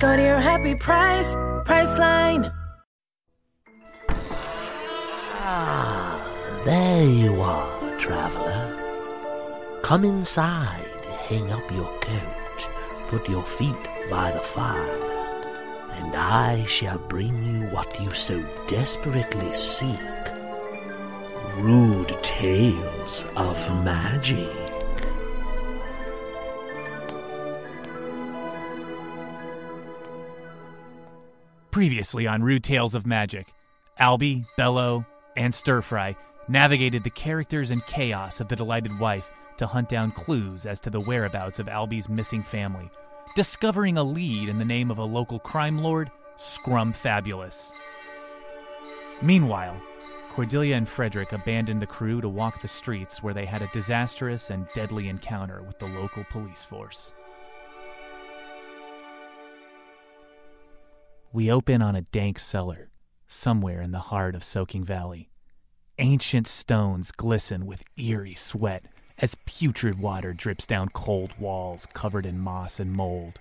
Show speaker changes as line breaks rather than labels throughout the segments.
Go to your happy price, Priceline.
There you are, traveller. Come inside, hang up your coat, put your feet by the fire, and I shall bring you what you so desperately seek. Rude tales of magic.
Previously on Rude Tales of Magic, Albie, Bello, and Stirfry navigated the characters and chaos of the delighted wife to hunt down clues as to the whereabouts of Albie's missing family, discovering a lead in the name of a local crime lord, Scrum Fabulous. Meanwhile, Cordelia and Frederick abandoned the crew to walk the streets where they had a disastrous and deadly encounter with the local police force. We open on a dank cellar, somewhere in the heart of Soaking Valley. Ancient stones glisten with eerie sweat as putrid water drips down cold walls covered in moss and mold.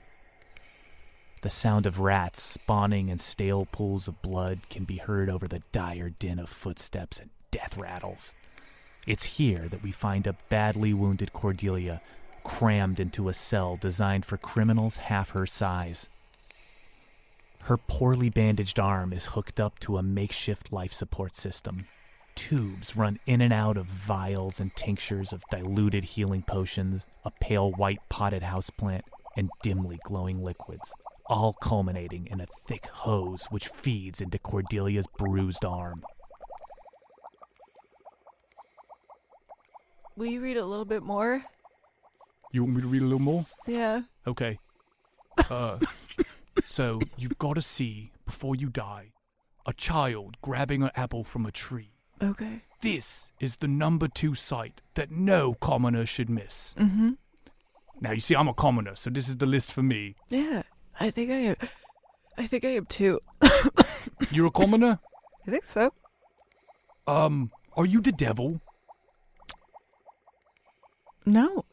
The sound of rats spawning and stale pools of blood can be heard over the dire din of footsteps and death rattles. It's here that we find a badly wounded Cordelia crammed into a cell designed for criminals half her size. Her poorly bandaged arm is hooked up to a makeshift life support system. Tubes run in and out of vials and tinctures of diluted healing potions, a pale white potted houseplant, and dimly glowing liquids, all culminating in a thick hose which feeds into Cordelia's bruised arm.
Will you read a little bit more?
You want me to read a little more?
Yeah.
Okay. Uh, so you've got to see before you die a child grabbing an apple from a tree.
Okay.
This is the number two site that no commoner should miss.
Mm-hmm.
Now you see, I'm a commoner, so this is the list for me.
Yeah. I think I am. I think I am too.
You're a commoner.
I think so.
Um, are you the devil?
No.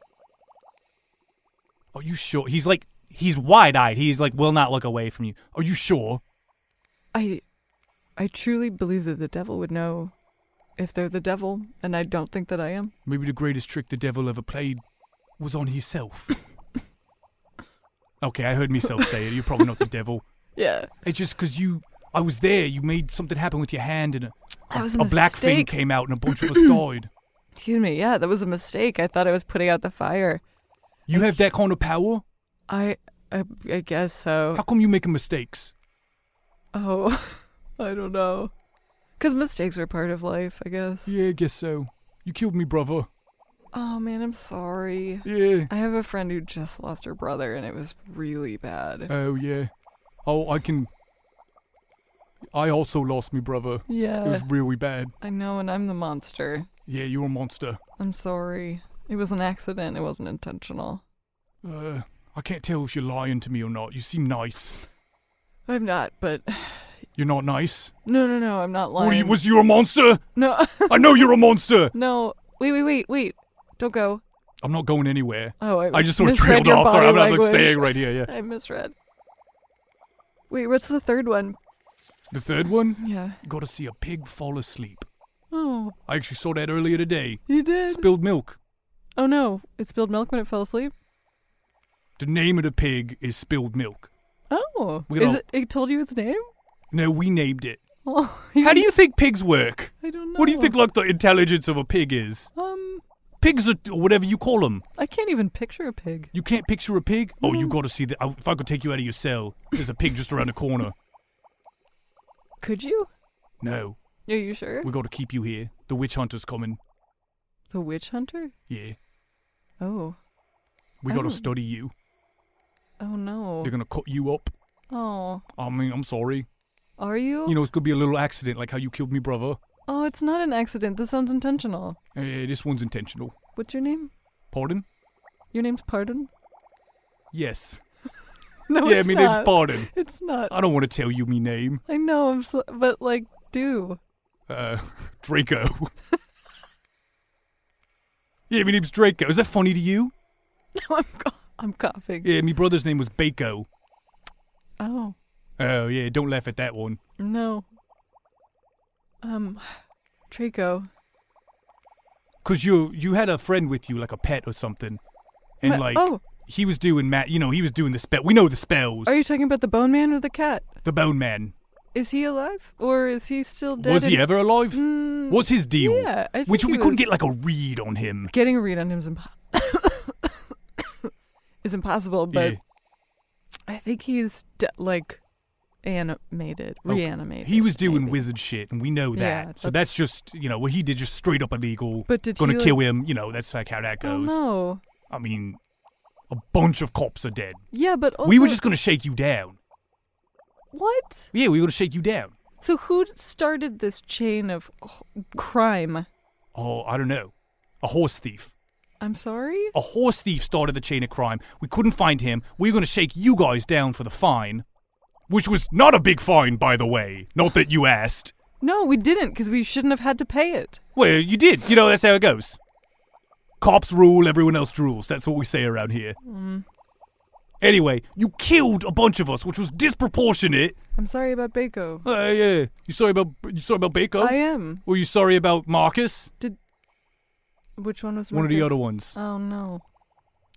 Are you sure? He's like, he's wide-eyed. He's like, will not look away from you. Are you sure?
I I truly believe that the devil would know if they're the devil, and I don't think that I am.
Maybe the greatest trick the devil ever played was on himself. okay, I heard myself say it. You're probably not the devil.
Yeah.
It's just because you, I was there. You made something happen with your hand, and a,
That
a-
was a
a black thing
mistake.
came out, and a bunch of us died.
Excuse me. Yeah, that was a mistake. I thought I was putting out the fire.
You have that kind of power.
I I, I guess so.
How come you making mistakes?
Oh, I don't know. Cuz mistakes are part of life, I guess.
Yeah, I guess so. You killed me, brother.
Oh man, I'm sorry.
Yeah.
I have a friend who just lost her brother and it was really bad.
Oh yeah. Oh, I can. I also lost me, brother.
yeah.
It was really bad.
I know, and I'm the monster.
Yeah, you're a monster.
I'm sorry. It was an accident. It wasn't intentional.
Uh, I can't tell if you're lying to me or not. You seem nice.
I'm not, but
You're not nice.
no, no, no. I'm not
Were
lying.
you- was you a monster?
No,
I know you're a monster.
no. Wait, wait, wait, wait. Don't go.
I'm not going anywhere.
Oh, I,
I just sort of
misread
trailed
your
off. Sorry,
body
I'm not like,
language.
staying right here. Yeah.
I misread. Wait, what's the third one?
The third one.
Yeah.
You got to see a pig fall asleep.
Oh,
I actually saw that earlier today.
you did.
Spilled milk.
oh no, it spilled milk when it fell asleep.
The name of the pig is Spilled Milk.
Oh,
We
is
don't-
it? It told you its name.
No, we named it.
Oh,
How do you think pigs work?
I don't know.
What do you think like the intelligence of a pig is?
Um,
Pigs are or whatever you call them.
I can't even picture a pig.
You can't picture a pig. Oh, you
Mm.
got to see that. If I could take you out of your cell, there's a pig just around the corner.
Could you?
No,
Are you sure?
we got to keep you here. The witch hunter's coming.
The witch hunter?
Yeah,
Oh.
we got
Oh.
to study you.
Oh no.
They're gonna cut you up.
Oh,
I mean, I'm sorry.
are you?
You know, it's gonna be a little accident, like how you killed me, brother.
oh, it's not an accident. This sounds intentional.
Eh, this one's intentional.
What's your name?
Pardon?
Your name's Pardon?
Yes.
No,
yeah,
it's
my
not.
name's Pardon.
It's not.
I don't want to tell you me name.
I know, I'm so, but like, do.
Uh, Draco. yeah, my name's Draco. Is that funny to you?
No, I'm, co- I'm coughing.
Yeah, my brother's name was Baco.
Oh,
Oh yeah, don't laugh at that one.
no. Um, Draco.
Cause you you had a friend with you, like a pet or something, and
Ma-
like
oh.
he was doing Matt. You know, he was doing the spell. We know the spells.
Are you talking about the bone man or the cat?
the Bone Man.
Is he alive? Or is he still dead?
Was he
and-
ever alive?
Mm,
What's his deal?
yeah, I think
Which
he
we couldn't
was-
get like a read on him.
Getting a read on him is, impo- is impossible, but
Yeah.
I think he's de- like animated,
Okay.
reanimated.
He was doing
maybe.
wizard shit, and we know that.
Yeah,
so that's
that's-
just you know what he did, just straight up illegal.
But did he,
gonna
like-
kill him. You know, that's like how that
Oh,
goes.
no.
I mean, a bunch of cops are dead.
Yeah, but also,
we were just gonna shake you down.
what?
Yeah, we were gonna shake you down.
So who started this chain of h- crime?
Oh, I don't know, a horse thief.
I'm sorry.
A horse thief started the chain of crime. We couldn't find him. We were going to shake you guys down for the fine, which was not a big fine, by the way. Not that you asked.
No, we didn't because we shouldn't have had to pay it.
Well, you did. You know, that's how it goes. Cops rule, everyone else rules. That's what we say around here.
Mm.
Anyway, you killed a bunch of us, which was disproportionate.
I'm sorry about Baco.
Uh, yeah. You sorry about you sorry about Baker?
I am.
Were you sorry about Marcus?
Did which one was
One of the
Marcus?
other ones.
Oh no,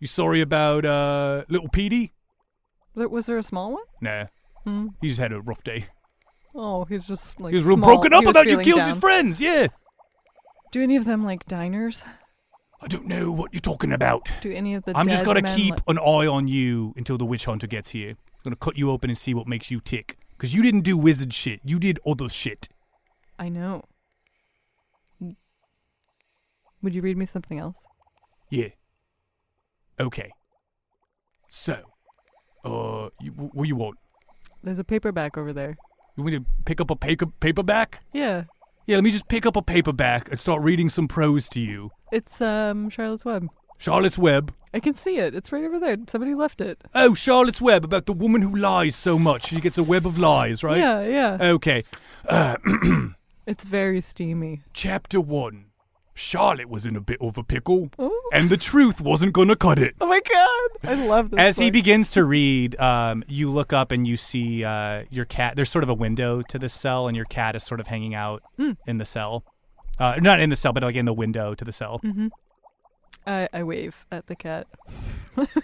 You sorry about uh little Petey?
there, was there a small one?
Nah,
Hmm.
he's had a rough day.
Oh, he's just like
he was real
small.
broken up
He was
about you
feeling
killed his
down.
friends. Yeah.
Do any of them like diners?
I don't know what you're talking about.
Do any of the
I'm just
dead
gonna
men,
keep
like-
an eye on you until the witch hunter gets here. I'm gonna cut you open and see what makes you tick. Cause you didn't do wizard shit. You did other shit.
I know. Would you read me something else?
Yeah. Okay. So, uh, you, wh- what do you want?
There's a paperback over there.
You want me to pick up a paper paperback?
Yeah,
Yeah, let me just pick up a paperback and start reading some prose to you.
it's um Charlotte's Web.
Charlotte's Web.
I can see it. It's right over there. Somebody left it.
Oh, Charlotte's Web about the woman who lies so much. She gets a web of lies, right?
Yeah, yeah.
Okay. Uh,
it's very steamy.
Chapter 1 Charlotte was in a bit of a pickle,
Oh,
and the truth wasn't gonna cut it.
oh my god! I love this.
As he
book.
begins to read, um, you look up and you see uh, your cat. There's sort of a window to the cell, and your cat is sort of hanging out in the cell. Uh, not in the cell, but like in the window to the cell.
I, I wave at the cat.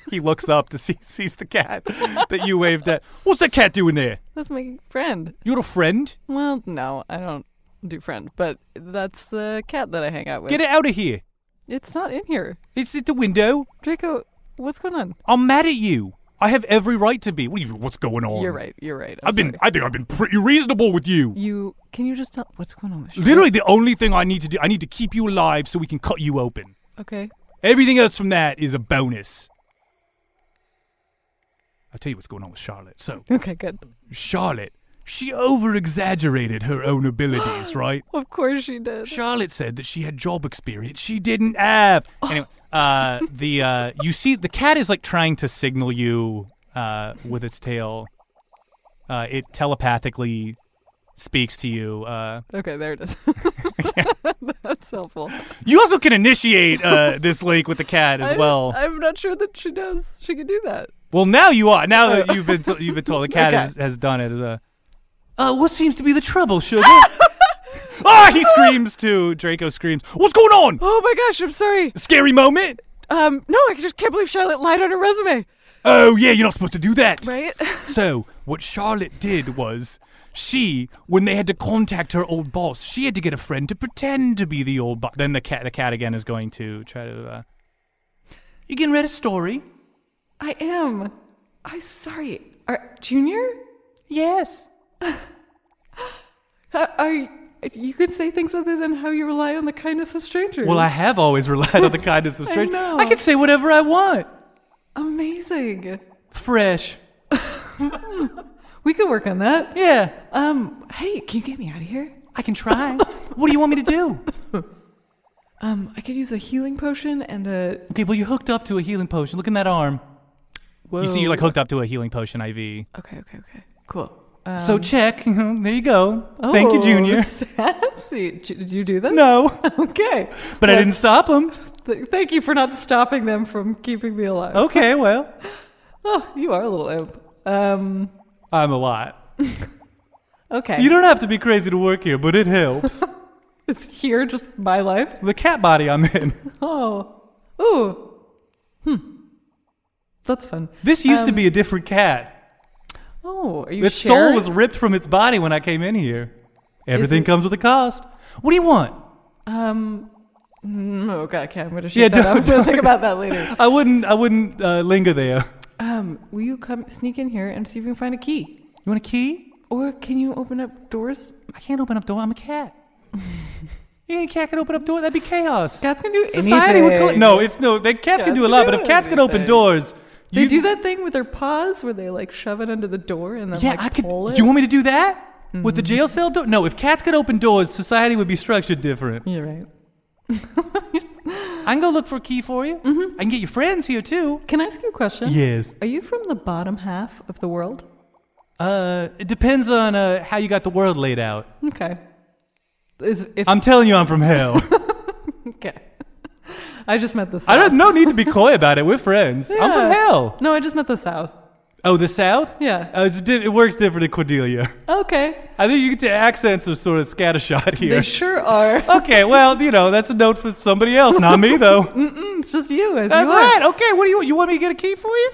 He looks up to see sees the cat that you waved at. What's that cat doing there?
That's my friend.
You're a friend.
Well, no, I don't do friend, but that's the cat that I hang out with.
Get it out of here.
It's not in here.
It's at the window.
Draco, what's going on?
I'm mad at you. I have every right to be. What do you- What's going on?
You're right. You're right. i
Oh I've been. I think I've been pretty reasonable with you.
You can you just tell what's going on? With you?
Literally, the only thing I need to do, I need to keep you alive so we can cut you open.
Okay.
Everything else from that is a bonus. I'll tell you what's going on with Charlotte. So,
Okay. Good.
Charlotte, she over exaggerated her own abilities, right?
Of course she did.
Charlotte said that she had job experience she didn't have. Anyway, uh, the uh, you see the cat is like trying to signal you uh, with its tail. Uh, it telepathically speaks to you. Uh,
Okay, there it is. That's helpful.
You also can initiate uh, this link with the cat as
I-
well.
I'm not sure that she knows she can do that.
well, now you are. Now that you've been t- you've been told the cat
Okay.
has, has done it. Uh, uh, what seems to be the trouble, sugar? ah! He screams too. Draco screams. What's going on?
Oh my gosh, I'm sorry.
Scary moment.
Um, no, I just can't believe Charlotte lied on her resume.
Oh yeah, you're not supposed to do that.
Right?
So what Charlotte did was. She, when they had to contact her old boss, she had to get a friend to pretend to be the old boss. Then the cat, the cat again, is going to try to. Uh... You getting read a story?
I am. I'm sorry. Are, junior?
Yes.
How, are you, you could say things other than how you rely on the kindness of strangers.
Well, I have always relied on the kindness of strangers. I,
know.
can say whatever I want.
Amazing.
Fresh.
We could work on that.
Yeah,
Um, hey, can you get me out of here?
I can try. what do you want me to do?
Um, I could use a healing potion and a.
Okay, well, you're hooked up to a healing potion. Look in that arm.
Whoa.
You see, you're like hooked up to a healing potion IV.
Okay, okay, okay. Cool. Uh,
so check. there you go. Thank you,
oh,
Junior.
Sassy. J- Did you do this?
No,
Okay.
but I didn't
That's-
stop him.
Th- thank you for not stopping them from keeping me alive.
Okay, well,
Oh, you are a little imp. Um,
I'm a lot.
okay.
You don't have to be crazy to work here, but it helps.
it's here, just my life.
the cat body I'm in.
Oh. Ooh. Hmm. That's fun.
This used to be a different cat.
Oh, Um, are you
Its soul
sharing?
was ripped from its body when I came in here. Everything
it-
comes with a cost. What do you want?
Um. mm, Oh god, okay, I'm gonna shut
Yeah,
that
don't-
out. Don't think about that later.
I wouldn't. I wouldn't uh, linger there.
Um, will you come sneak in here and see if you can find a key,
You want a key?
or can you open up doors?
I can't open up door. I'm a cat. Any cat can open up door. That'd be chaos.
Cats can do
Society would
anything.
collapse. No, if no, they, cats can do a lot, but if cats can open
anything.
doors,
They
you-
do that thing with their paws where they like shove it under the door and then
Yeah,
like
I could.
pull it.
You want me to do that
Mm-hmm.
with the jail cell door? No, if cats could open doors, society would be structured different.
You're right.
I can go look for a key for you.
Mm-hmm.
I can get your friends here too.
Can I ask you a question?
Yes.
Are you from the bottom half of the world?
Uh, it depends on uh, how you got the world laid out.
Okay. Is if
I'm telling you, I'm from hell.
okay. I just meant the south.
I don't. No need to be coy about it. We're friends. I'm from
Yeah.
hell.
No, I just meant the south.
Oh, the South.
Yeah.
Uh, it's di- it works different in Cordelia.
Okay.
I think you get the accents are sort of scattershot here.
They sure are.
okay, well, you know, that's a note for somebody else, not me though.
It's just you as
that's
you are.
right. Okay, what do you want? You want me to get a key for you?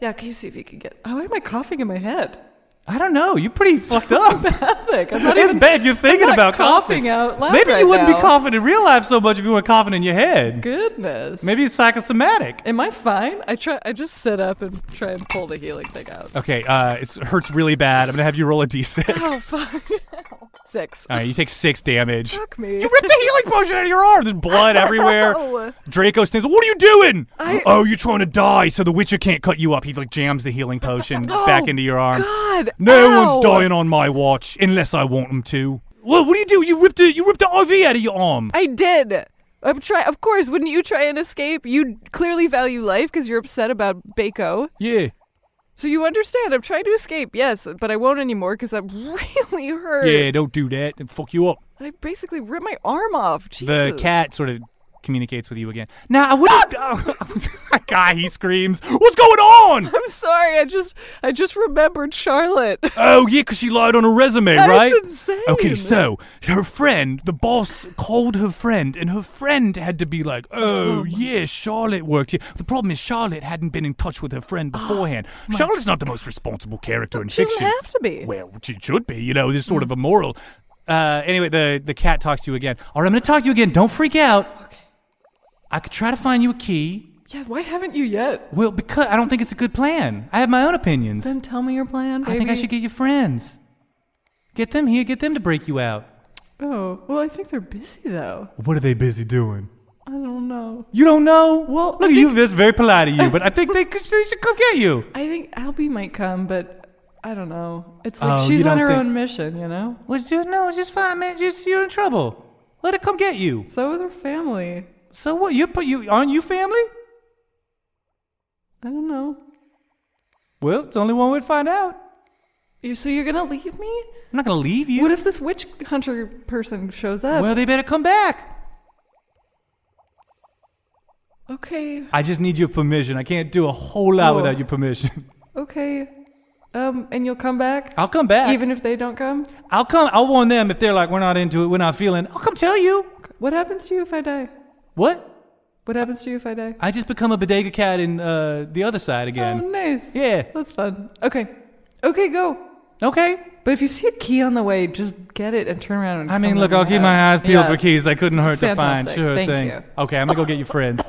Yeah, can you see if you can get? Oh, why am I coughing in my head?
I don't know. You're pretty fucked up.
Like, I'm not
it's
even
bad. You're thinking
not
about
coughing out loud
Maybe
right
you wouldn't be
now.
coughing in real life so much if you weren't coughing in your head.
goodness.
Maybe it's psychosomatic.
Am I fine? I try. I just sit up and try and pull the healing thing out.
Okay, uh, it hurts really bad. I'm gonna have you roll a d6.
Oh fuck. Six.
All right, you take six damage.
Fuck me.
You ripped a healing potion out of your arm. There's blood everywhere.
Ow.
Draco stands. What are you doing?
I-
Oh, you're trying to die, so the Witcher can't cut you up. He like jams the healing potion back into your arm.
God.
No
ow.
one's dying on my watch unless I want them to. Well, what do you do? You ripped a, you ripped an IV out of your arm.
I did. I'm try. Of course, wouldn't you try and escape? You clearly value life because you're upset about Baco.
yeah.
So you understand. I'm trying to escape. Yes, but I won't anymore because I'm really hurt.
Yeah, don't do that. It'll fuck you up.
I basically ripped my arm off. Jesus.
The cat sort of communicates with you again. Now, I wouldn't. Oh, God, he screams. What's going on?
I'm sorry. I just I just remembered Charlotte.
Oh, yeah, because she lied on her resume,
That's
right?
insane.
Okay, so her friend, the boss called her friend, and her friend had to be like, oh, yeah, Charlotte worked here. The problem is, Charlotte hadn't been in touch with her friend beforehand. Charlotte's not the most responsible character in
Ah, She doesn't
fiction.
have to be. Mm.
Well, she should be, you know, this sort of immoral. Uh, anyway, the, the cat talks to you again. All right, I'm going to talk to you again. Don't freak out. Okay. I could try to find you a key.
yeah. Why haven't you yet?
Well, because I don't think it's a good plan. I have my own opinions.
Then tell me your plan,
I think I
baby.
should get your friends. Get them here, get them to break you out.
Oh well, I think they're busy though.
What are they busy doing?
I don't know.
You don't know?
Well,
look at
I
you, that's very polite of you, but I think they, could, they should come get you.
I think Albie might come, but I don't know. It's like
Oh,
she's
you don't
on her
think-
own mission, you know.
Well, just, no, it's just fine, man. Just you're in trouble. Let it come get you.
So is her family.
So what? You put you aren't you family?
I don't know.
Well, it's only one way to find out.
You so you're gonna leave me?
I'm not gonna leave you.
What if this witch hunter person shows up?
well, they better come back.
okay,
I just need your permission. I can't do a whole lot
Oh.
without your permission.
okay. Um, and you'll come back
I'll come back.
even if they don't come.
I'll come. I'll warn them if they're like, we're not into it, we're not feeling. I'll come tell you.
What happens to you if I die?
What?
What happens to you if I die?
I just become a bodega cat in uh, the other side
Oh,
again.
nice.
Yeah.
That's fun. Okay, okay, go.
Okay.
But if you see a key on the way, just get it and turn around. And
I mean,
come
look,
on
I'll keep
out.
my eyes peeled
Yeah.
for keys. They couldn't hurt to
Fantastic.
find. Sure
Thank
thing.
you.
Okay, I'm gonna go get your friends.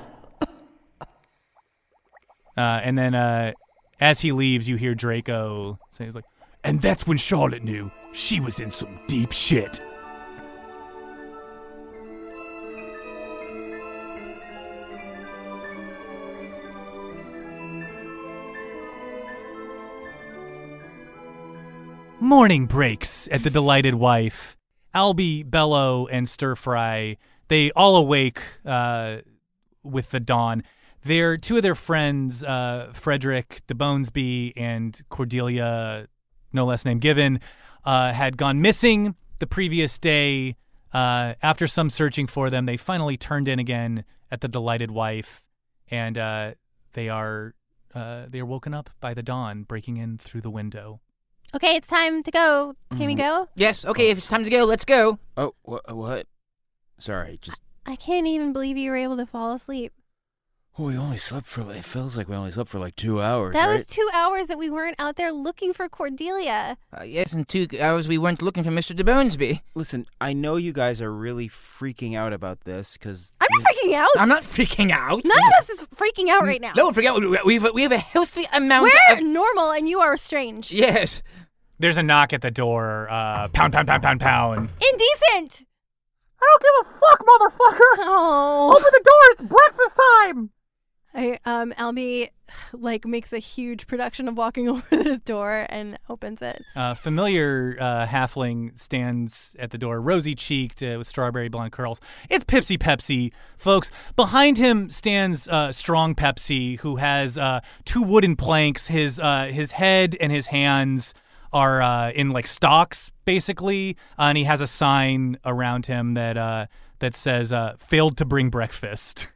uh, and then, uh, as he leaves, you hear Draco say, "He's like, and that's when Charlotte knew she was in some deep shit."
Morning breaks at the Delighted Wife. Albie, Bello, and Stir Fry, they all awake uh, with the dawn. Their two of their friends, uh, Frederick DeBonesby and Cordelia, no less name given, uh, had gone missing the previous day. Uh, after some searching for them, they finally turned in again at the Delighted Wife, and uh, they are uh, they are woken up by the dawn breaking in through the window.
Okay, it's time to go. Can we go?
Mm-hmm. Yes, okay, if it's time to go, let's go.
Oh, wha- what? Sorry, just.
I can't even believe you were able to fall asleep.
Oh, we only slept for. like- It feels like we only slept for like two hours.
That
right?
was two hours that we weren't out there looking for Cordelia.
Uh, yes, in two hours we weren't looking for Mr. DeBonesby.
Listen, I know you guys are really freaking out about this because.
I'm not freaking out.
I'm not freaking out.
None of us is freaking out right now.
No, forget we- we have we have a healthy amount
We're
of
normal and you are strange.
Yes.
There's a knock at the door. Uh, pound, pound, pound, pound, pound.
Indecent!
I don't give a fuck, motherfucker.
Oh.
the door. It's breakfast time.
I, um, Albie, like, makes a huge production of walking over the door and opens it.
Uh, familiar uh, halfling stands at the door, rosy cheeked uh, with strawberry blonde curls. It's Pepsi Pepsi, folks. Behind him stands uh, Strong Pepsi, who has uh, two wooden planks. His uh, his head and his hands are uh, in like stocks, basically, uh, and he has a sign around him that uh, that says uh, "Failed to bring breakfast."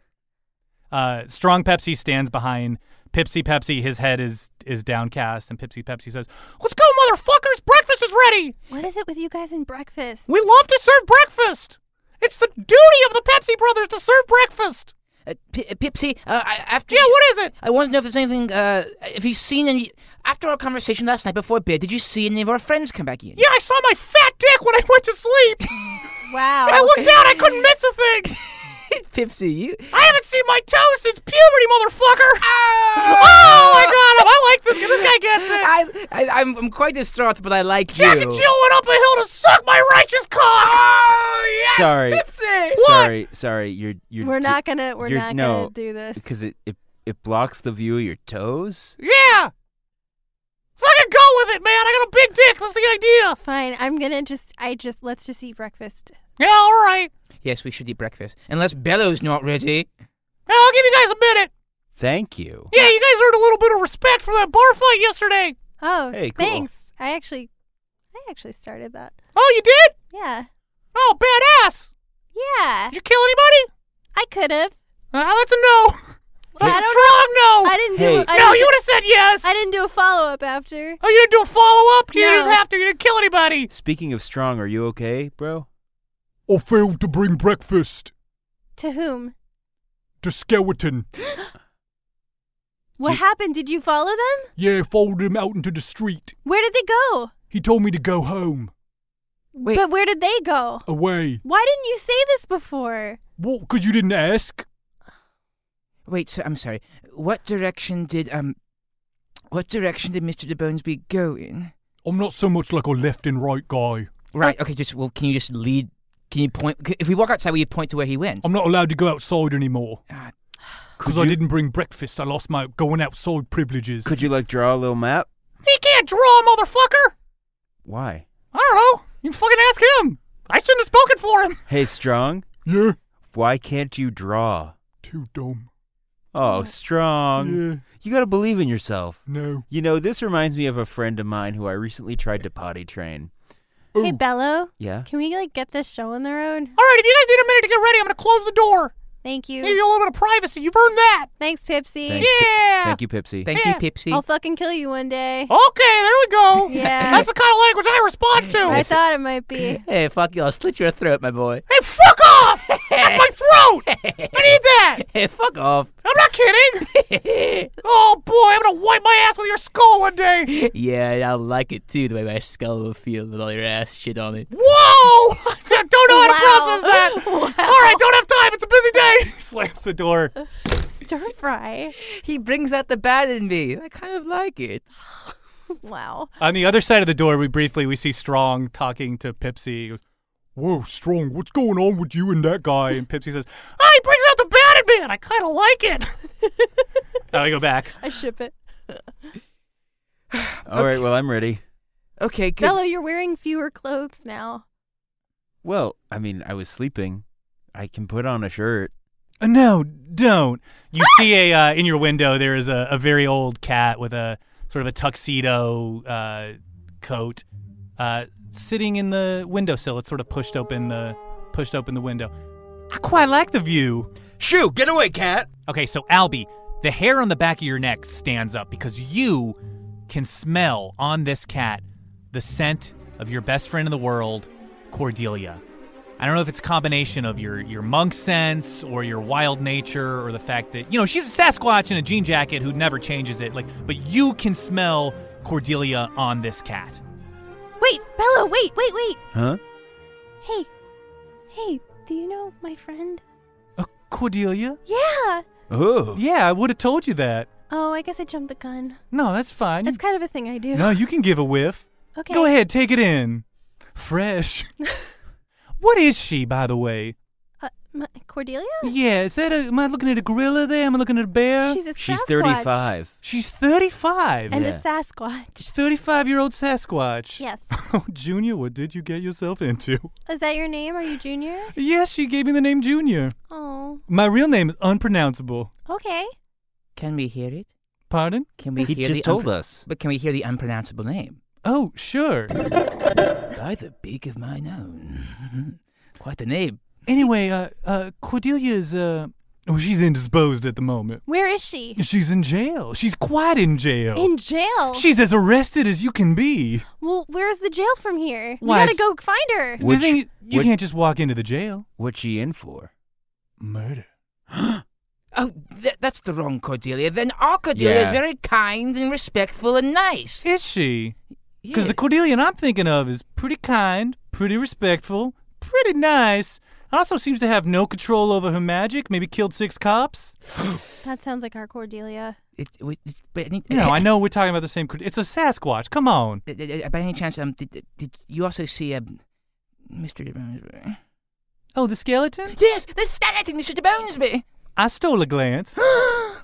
Uh, Strong Pepsi stands behind Pepsi Pepsi. His head is is downcast, and Pepsi Pepsi says, "Let's go, motherfuckers! Breakfast is ready.
What is it with you guys in breakfast?
We love to serve breakfast. It's the duty of the Pepsi brothers to serve breakfast."
Uh, P- uh, Pipsy, uh, I, after
Yeah, what is it?
I want to know if there's anything. Uh, if you've seen any after our conversation last night before bed, did you see any of our friends come back in?
Yeah, I saw my fat dick when I went to sleep. I
Wow.
looked down, I couldn't miss a thing.
Pipsy, you.
I haven't seen my toe since puberty, motherfucker. Oh my god, I like this guy. This guy gets it.
I, I, I'm, I'm quite distraught, but I like
Jack
you.
and Jill went up a hill to suck my righteous cock. Oh yes,
Sorry.
Pepsi.
Sorry, sorry. You're. you're
We're not gonna, we're
you're-
not
no.
gonna do this.
Because it, it, it blocks the view of your toes?
Yeah. Fucking go with it, man. I got a big dick. That's the idea.
Fine, I'm gonna just, I just, let's just eat breakfast.
Yeah, all right.
Yes, we should eat breakfast. Unless Bello's not ready.
Yeah, I'll give you guys a minute.
Thank you.
Yeah, you guys earned a little bit of respect for that bar fight yesterday.
Oh,
Hey, cool.
thanks. I actually, I actually started that.
Oh, you did?
Yeah.
Oh, badass.
Yeah.
Did you kill anybody?
I could have.
Uh, that's a no. That's
I
a
don't
strong no.
I didn't do.
Hey.
I
no,
didn't,
you would have said yes.
I didn't do a follow up after.
Oh, you didn't do a follow up? You
No.
didn't have to. You didn't kill anybody.
Speaking of strong, are you okay, bro?
I failed to bring breakfast.
To whom?
The skeleton.
What
You-
happened? Did you follow them?
Yeah, folded him out into the street.
Where did they go?
He told me to go home.
Wait.
But where did they go?
Away.
Why didn't you say this before?
What? Because you didn't ask?
Wait, so I'm sorry. What direction did um, what direction did Mr. DeBonesby go in?
I'm not so much like a left and right guy.
Right. Okay. Just well, can you just lead? Can you point? c- If we walk outside, will you point to where he went?
I'm not allowed to go outside anymore.
Ah,
Because I didn't bring breakfast. I lost my going outside privileges.
Could you, like, draw a little map?
He can't draw, motherfucker.
Why?
I don't know. You fucking ask him. I shouldn't have spoken for him.
Hey, strong,
yeah.
why can't you draw?
Too dumb.
Oh, strong.
Yeah.
You gotta believe in yourself.
No.
You know, this reminds me of a friend of mine who I recently tried to potty train.
Hey,
Ooh.
Bello,
Yeah?
can we like get this show on the road?
All right, if you guys need a minute to get ready, I'm gonna close the door.
Thank you.
Give you a little bit of privacy. You've earned that.
Thanks, Pepsi.
Thanks, Pi-
Yeah.
Thank you, Pepsi.
Thank
Yeah.
you, Pipsy.
I'll fucking kill you one day.
Okay, there we go.
Yeah.
That's the kind of language I respond to.
I thought it might be.
Hey, fuck you! I'll slit your throat, my boy.
hey, fuck off! That's my throat! I need that!
Hey, fuck off.
I'm not kidding! oh boy, I'm gonna wipe my ass with your skull one day!
Yeah, I like it too, the way my skull will feel with all your ass shit on it.
Whoa! I don't know how to
Wow.
process that! Alright, don't have time, it's a busy day! Slams the door.
Stir fry.
He brings out the bad in me. I kind of like it.
Wow.
On the other side of the door, we briefly we see Strong talking to Pipsy.
Whoa, strong. What's going on with you and that guy?
And Pipsy says, Oh, he brings out the bad in me, and I kinda like it. now I go back.
I ship it.
All right, well, I'm ready.
Okay, good.
Bello, you're wearing fewer clothes now.
Well, I mean, I was sleeping. I can put on a shirt.
Uh, no, don't. You see a uh, in your window. There is a, a very old cat with a sort of a tuxedo uh, coat uh, sitting in the windowsill. It's sort of pushed open the pushed open the window. I quite like the view.
Shoo! Get away, cat!
Okay, so Albie, the hair on the back of your neck stands up because you can smell on this cat the scent of your best friend in the world, Cordelia. I don't know if it's a combination of your, your monk sense or your wild nature or the fact that, you know, she's a Sasquatch in a jean jacket who never changes it. Like, but you can smell Cordelia on this cat.
Wait, Bello, wait, wait, wait.
Huh?
Hey, hey, do you know my friend?
Uh, Cordelia?
Yeah.
Oh.
Yeah, I would have told you that.
Oh, I guess I jumped the gun.
No, that's fine.
That's kind of a thing I do.
no, you can give a whiff.
okay.
Go ahead, take it in. Fresh. what is she, by the way?
Uh, my, Cordelia?
Yeah, is that a? Am I looking at a gorilla there? Am I looking at a bear?
She's a Sasquatch.
She's 35.
She's 35.
And
Yeah.
a Sasquatch.
35 year old Sasquatch.
Yes.
Oh, Junior, what did you get yourself into?
Is that your name? Are you Junior?
Yes, she gave me the name Junior.
Oh,
My real name is unpronounceable.
okay.
Can we hear it?
Pardon?
Can we
He
hear
just
the
told
unpro-
us.
But can we hear the unpronounceable name?
Oh, sure.
By the beak of my nose. Quite the name.
Anyway, uh, uh, Cordelia is, uh, well, she's indisposed at the moment.
Where is she?
She's in jail. She's quite in jail.
In jail.
she's as arrested as you can be.
well, where's the jail from here?
Why,
we gotta
it's-
go find her.
The
Which-
thing is, you
which-
can't just walk into the jail.
What's she in for?
Murder.
Oh, th- that's the wrong Cordelia. Then our Cordelia is
Yeah.
very kind and respectful and nice.
Is she? Because
Yeah.
the Cordelia I'm thinking of is pretty kind, pretty respectful, pretty nice. Also seems to have no control over her magic. Maybe killed six cops.
That sounds like our Cordelia.
It, it, it, but any,
You know, I know we're talking about the same. Cord- It's a Sasquatch. Come on.
Uh, uh, uh, By any chance, um, did, did you also see um, Mr. De Bonesby?
Oh, the skeleton.
Yes, the skeleton, Mr. De Bonesby.
I stole a glance.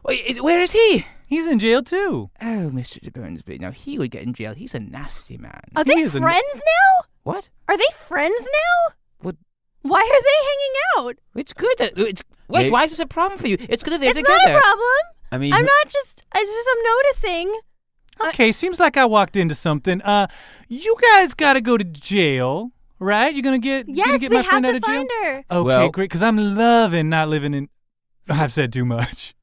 Wait, is, where is he?
He's in jail too.
Oh, Mr. De Bonesby. Now he would get in jail. He's a nasty man.
Are
He
they
is a-
friends now?
what?
Are they friends now?
What?
Why are they hanging out?
It's good. That, it's wait.
May-
why is this a problem for you? It's good that they're
it's
together.
not a problem.
I mean,
I'm not just. It's just I'm noticing. I-
Okay, seems like I walked into something. Uh, you guys gotta go to jail, right? You're gonna get you gonna
Yes,
get
we
my
have
friend out
to
of jail.
find her.
Okay,
Well-
great. Because I'm loving not living in. I've said too much.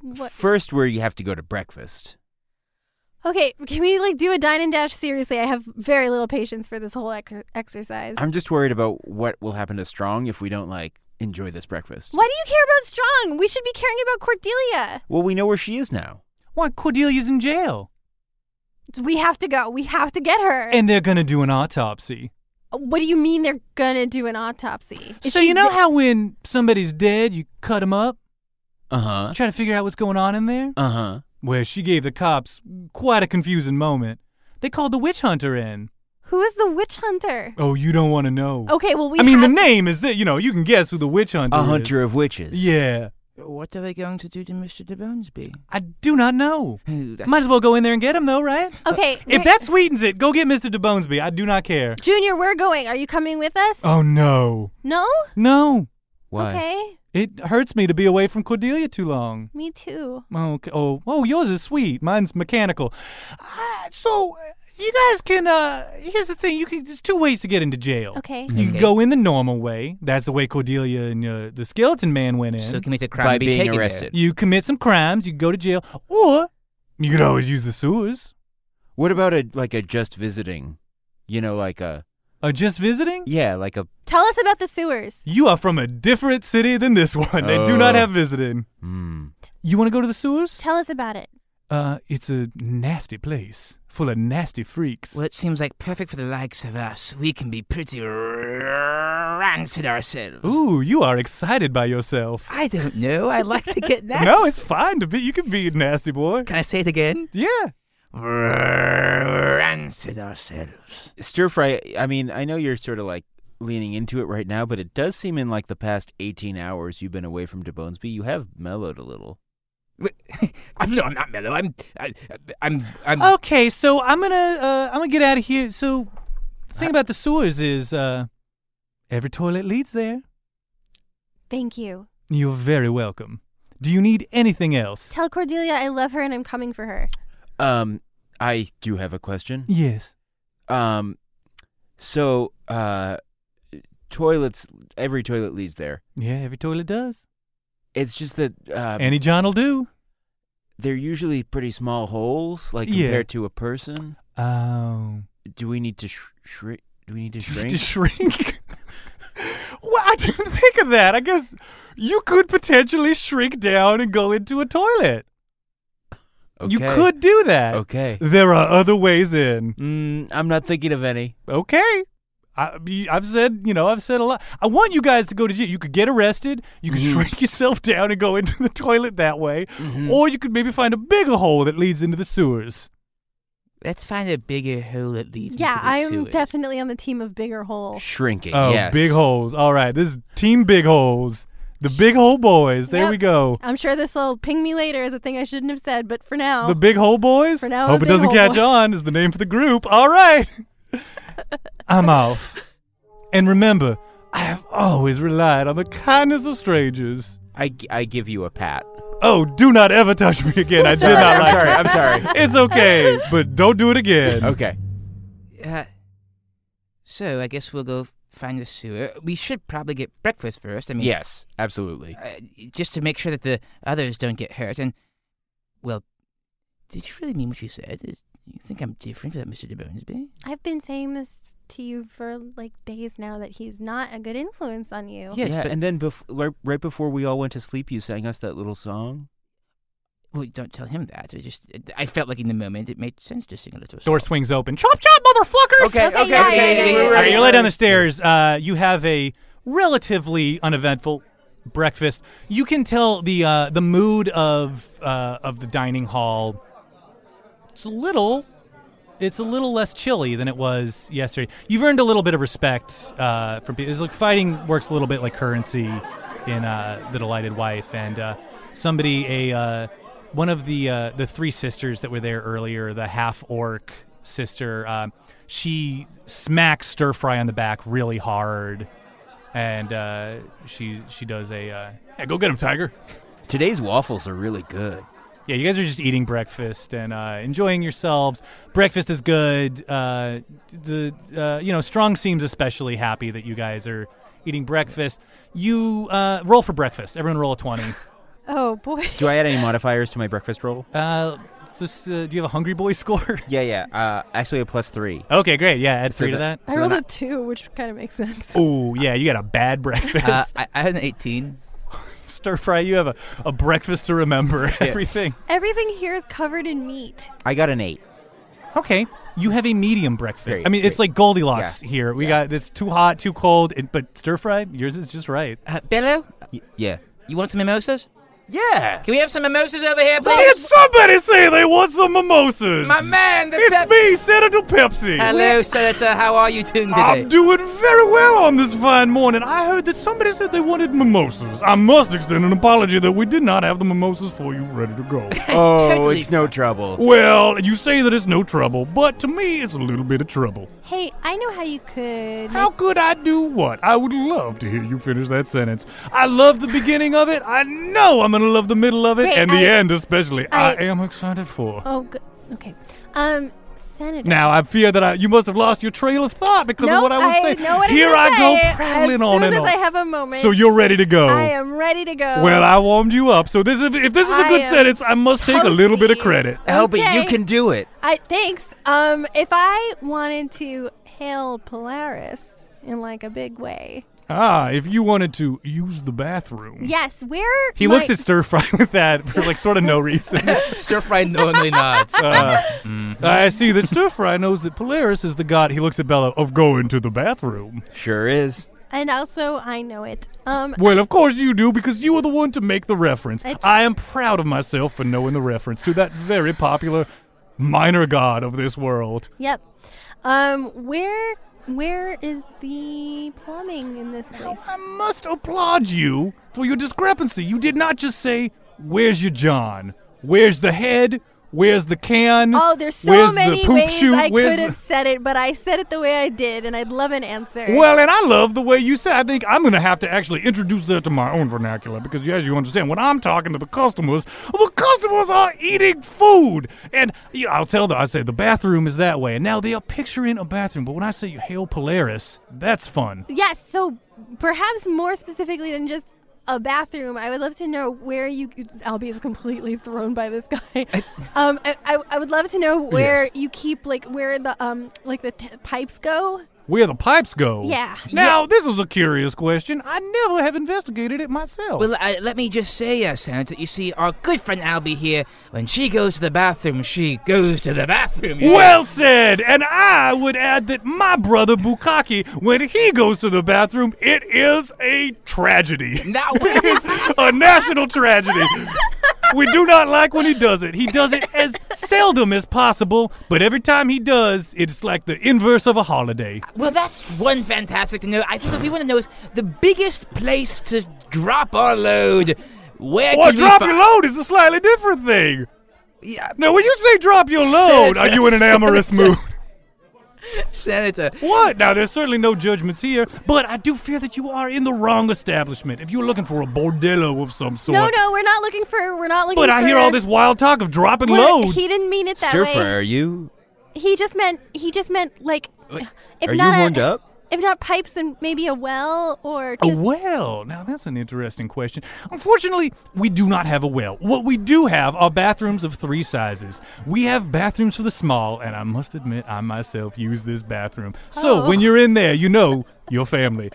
What?
first where you have to go to breakfast.
Okay, can we like do a dine and dash? Seriously, I have very little patience for this whole ec- exercise.
I'm just worried about what will happen to Strong if we don't, like, enjoy this breakfast.
Why do you care about Strong? We should be caring about Cordelia.
Well, we know where she is now.
Why Cordelia's in jail,
We have to go. We have to get her.
and they're gonna do an autopsy.
what do you mean they're gonna do an autopsy? Is
so
she
you know
re-
how when somebody's dead, you cut them up,
Uh huh.
try to figure out what's going on in there.
Uh
Uh-huh.
huh.
Where she gave the cops quite a confusing moment. They called the witch hunter in.
who is the witch hunter?
Oh, you don't want to know.
Okay, well we.
I mean, the
have-
name is that you know you can guess who the witch hunter
A
is.
hunter of witches.
Yeah,
What are they going to do to Mr. De Bonesby?
I do not know.
Oh, that's-
Might as well go in there and get him though, right? Uh,
Okay,
If
wait.
that sweetens it, go get Mr. DeBonesby. I do not care.
Junior, we're going. Are you coming with us?
Oh no,
no.
no!
Why?
Okay.
It hurts me to be away from Cordelia too long.
Me too.
Oh, okay. oh, oh, yours is sweet. Mine's mechanical. Uh, so uh, you guys can. uh Here's the thing: you can. There's two ways to get into jail.
Okay.
You can
Okay.
go in the normal way. That's the way Cordelia and uh, the Skeleton Man went in.
So commit a crime
By
and be
being
taken there.
arrested.
you commit some crimes, you go to jail, or you could always use the sewers.
What about a like a just visiting? You know, like a
Or just visiting.
yeah, like a.
Tell us about the sewers.
You are from a different city than this one. They do not
Oh.
have visiting.
Mm.
You want to go to the sewers?
Tell us about it.
Uh, it's a nasty place full of nasty freaks.
Well, it seems like perfect for the likes of us. We can be pretty rancid ourselves.
Ooh, you are excited by yourself.
I don't know. I like to get nasty.
No, it's fine to be. You can be a nasty boy.
Can I say it again?
Yeah.
Rancid ourselves.
Stir fry. I mean, I know you're sort of like leaning into it right now, but it does seem in like the past 18 hours you've been away from DeBonesby, you have mellowed a little.
Wait, I'm, no, I'm not mellow. I'm, I, I'm, I'm.
Okay, so I'm gonna uh, I'm gonna get out of here. So, the
Uh,
thing about the sewers is uh, every toilet leads there.
Thank you.
You're very welcome. Do you need anything else?
Tell Cordelia I love her and I'm coming for her.
Um, I do have a question.
Yes.
Um, so uh, toilets. Every toilet leads there.
Yeah, every toilet does.
It's just that uh,
Any John'll do.
they're usually pretty small holes, like
Yeah.
compared to a person.
Oh.
Do we need to sh- shrink? Do we need to shrink?
To shrink. well, I didn't think of that. I guess you could potentially shrink down and go into a toilet. You
Okay.
could do that.
Okay.
There are other ways in.
Mm, I'm not thinking of any.
Okay. I, be- I've said, you know, I've said a lot. I want you guys to go to jail. You could get arrested. You could
Mhm.
Mm-hmm.
shrink yourself down and go into the toilet that way. Or you could maybe find a bigger hole that leads into the sewers.
Let's find a bigger hole that leads
yeah,
into the
I'm
sewers.
definitely on the team of bigger hole.
Shrinking.
Oh,
yes.
big holes. All right. This is Team Big Holes. The Big Hole Boys. There
Yep.
we go.
I'm sure this will ping me later as a thing I shouldn't have said, but for now,
The Big Hole Boys?
For now,
Hope it
the Big
doesn't
Hole
catch
Boys.
on is the name for the group. All right. I'm off. And remember, I have always relied on the kindness of strangers.
I, g- I give you a pat.
Oh, do not ever touch me again. I did not
I'm
like
sorry.
it.
I'm sorry.
It's okay, but don't do it again.
Okay.
Uh, so I guess we'll go f- find the sewer. We should probably get breakfast first. I mean,
Yes, absolutely.
uh, just to make sure that the others don't get hurt. And well, did you really mean what you said? Is, you think I'm different from Mr. De Bonesby?
I've been saying this to you for like days now that he's not a good influence on you.
Yes,
yeah,
but
and then bef- right, right before we all went to sleep, you sang us that little song.
well, don't tell him that. It just I felt like in the moment it made sense to sing a little.
Door
song.
swings open. Chop, chop, motherfuckers!
Okay,
okay,
okay,
yeah,
okay,
yeah, yeah,
okay,
yeah,
we're
yeah.
All right,
ready,
you lay down
we're
the stairs. Uh, you have a relatively uneventful breakfast. You can tell the uh, the mood of uh, of the dining hall. It's a little, it's a little less chilly than it was yesterday. You've earned a little bit of respect uh, from people. It's like fighting works a little bit like currency in uh, the delighted wife and uh, somebody a. Uh, one of the uh, the three sisters that were there earlier, the half orc sister, um, she smacks Stir Fry on the back really hard, and uh, she she does a uh, yeah, go get him, Tiger.
Today's waffles are really good.
Yeah, you guys are just eating breakfast and uh, enjoying yourselves. Breakfast is good. Uh, the uh, you know Strong seems especially happy that you guys are eating breakfast. You uh, roll for breakfast. Everyone roll a twenty.
Oh boy.
Do I add any modifiers to my breakfast roll?
Uh, this, uh, do you have a hungry boy score?
Yeah, yeah. Uh, actually, a plus three.
okay, great. Yeah, add three to that.
I rolled a two, which kind of makes sense.
Oh yeah, you got a bad breakfast.
Uh, I, I had an 18.
Stir fry, you have a, a breakfast to remember everything.
Everything here is covered in meat.
I got an eight.
Okay, you have a medium breakfast.
Great,
I mean, it's
great.
like Goldilocks
Yeah,
here. We
yeah.
got it's too hot, too cold, and, but stir fry, yours is just right.
Uh, Bello,
Y- yeah.
you want some mimosas?
Yeah.
Can we have some mimosas over here,
Did
please?
somebody say they want some mimosas?
My man, the
it's
Pepsi-
me, Senator Pepsi.
Hello, Senator. How are you doing today?
I'm doing very well on this fine morning. I heard that somebody said they wanted mimosas. I must extend an apology that we did not have the mimosas for you ready to go.
Oh,
totally
it's no trouble.
well, you say that it's no trouble, but to me, it's a little bit of trouble.
Hey, I know how you could.
How could I do what? I would love to hear you finish that sentence. I love the beginning of it. I know I'm going to love the middle of it
Great,
and the
I-
end, especially. I,
I-
am excited for.
Oh, good. okay. Um, Senator.
Now, I fear that I, you must have lost your trail of thought because
Nope,
of what I was saying.
know what I'm
Here
gonna
I
say.
go prattling
as
on
soon
and
as
on.
I have a moment.
so you're ready to go.
I am ready to go.
well, I warmed you up. So this is, if this is a
I
good
am
sentence, I must take a little bit of
toasty.
credit.
Albie,
Okay.
you can do it.
I thanks. Um, if I wanted to hail Polaris in like a big way,
Ah, if you wanted to use the bathroom.
yes. Where
Mm. He
my-
looks at stir fry with that for like sort of no reason.
Stir fry knowingly nods.
Uh,
Mm-hmm.
I see that Stir Fry knows that Polaris is the god. He looks at Bella of going to the bathroom.
Sure is.
and also I know it. Um,
Well, of course you do because you were the one to make the reference.
It's-
I am proud of myself for knowing the reference to that very popular minor god of this world.
Yep. Um, where where is the plumbing in this place?
I must applaud you for your discrepancy. You did not just say, "Where's your John?" Where's the head? Where's the can?
Oh, there's so
Where's the
many
poop
ways
chute?
I
Where's
could
the-
have said it, but I said it the way I did, and I'd love an answer.
Well, and I love the way you said. I think I'm going to have to actually introduce that to my own vernacular because, as you understand, when I'm talking to the customers, the customers are eating food, and you know, I'll tell them. I say the bathroom is that way, and now they are picturing a bathroom. But when I say hail Polaris, that's fun.
Yes, so perhaps more specifically than just a bathroom, I would love to know where you. Albie is completely thrown by this guy. um, I, I, I would love to know where you keep like where the um like the t- pipes go.
Where the pipes go.
Yeah.
Now this is a curious question. I never have investigated it myself.
Well, I, let me just say, uh, Senator, that you see, our good friend Albie here, when she goes to the bathroom, she goes to the bathroom. you see.
Well said! And I would add that my brother Bukaki, when he goes to the bathroom, it is a tragedy.
Now,
It is a national tragedy. We do not like when he does it. He does it as seldom as possible, but every time he does, it's like the inverse of a holiday.
well, that's one fantastic to know. I think what we want to know is the biggest place to drop our load. Where
Or
can
drop
we
your
fi-
load is a slightly different thing.
Yeah,
Now, when you say drop your load, are you in an amorous mood?
Senator.
What? Now, there's certainly no judgments here, but I do fear that you are in the wrong establishment. If you're looking for a bordello of some sort.
No, no, we're not looking for. We're not looking.
But I hear
for-
all this wild talk of dropping
Look,
loads.
He didn't mean it that
Stir
way.
fry, are you?
He just meant. He just meant like. If
are you
not a-
warmed up?
If not pipes, then maybe a well or
A
just
Oh, well. Now, that's an interesting question. Unfortunately, we do not have a well. What we do have are bathrooms of three sizes. We have bathrooms for the small, and I must admit, I myself use this bathroom. So
Oh.
when you're in there, you know your family.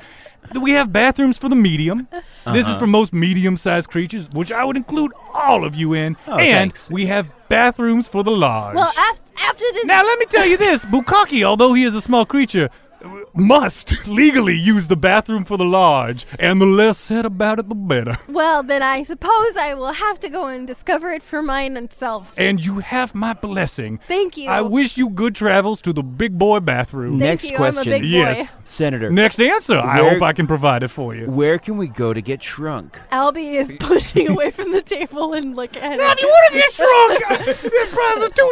We have bathrooms for the medium. This
Uh-huh.
is for most medium sized creatures, which I would include all of you in.
Oh,
and
thanks.
we have bathrooms for the large.
well. After, after this,
Now let me tell you this: Bukaki, although he is a small creature, must legally use the bathroom for the large, and the less said about it, the better.
well, then I suppose I will have to go and discover it for mine and self.
And you have my blessing.
Thank you.
I wish you good travels to the big boy bathroom.
Next
Thank you, I'm a
question.
big boy.
Yes.
Senator,
Next answer. I
Where-
hope I can provide it for you.
where can we go to get shrunk?
Albie is pushing away from the table and look at
Now,
it.
if you want to get shrunk, this prize is too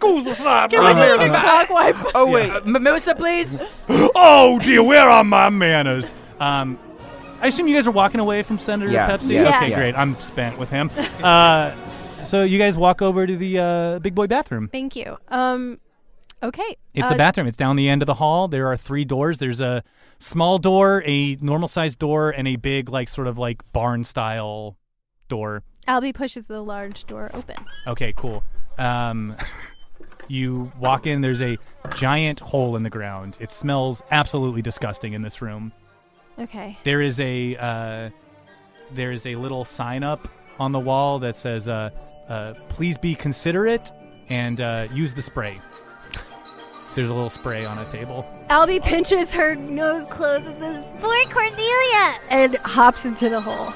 squeezed.
Can we do like a clockwise?
Oh, wait.
Uh, mimosa, please?
Oh dear, where are my manners? Um, I assume you guys are walking away from Senator
Yeah,
Pepsi.
yeah,
okay,
yeah.
great. I'm spent with him. Uh, so you guys walk over to the uh, big boy bathroom.
Thank you. Um, okay.
It's
Uh,
a bathroom. It's down the end of the hall. There are three doors. There's a small door, a normal sized door, and a big like sort of like barn style door.
Albie pushes the large door open.
Okay, cool. Um, you walk in. There's a giant hole in the ground. It smells absolutely disgusting in this room.
Okay.
there is a uh, there is a little sign up on the wall that says uh, uh, please be considerate and uh, use the spray there's a little spray on a table
Albie pinches her nose closed and says, "For Cordelia," and hops into the hole.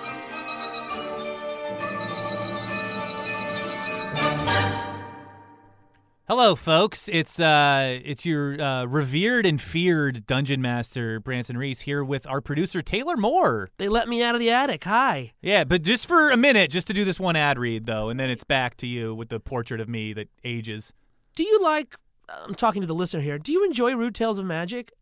Hello, folks. It's uh, it's your uh, revered and feared dungeon master Branson Reese here with our producer Taylor Moore.
They let me out of the attic. Hi.
Yeah, but just for a minute, just to do this one ad read though, and then it's back to you with the portrait of me that ages.
Do you like? I'm talking to the listener here. Do you enjoy Rude Tales of Magic?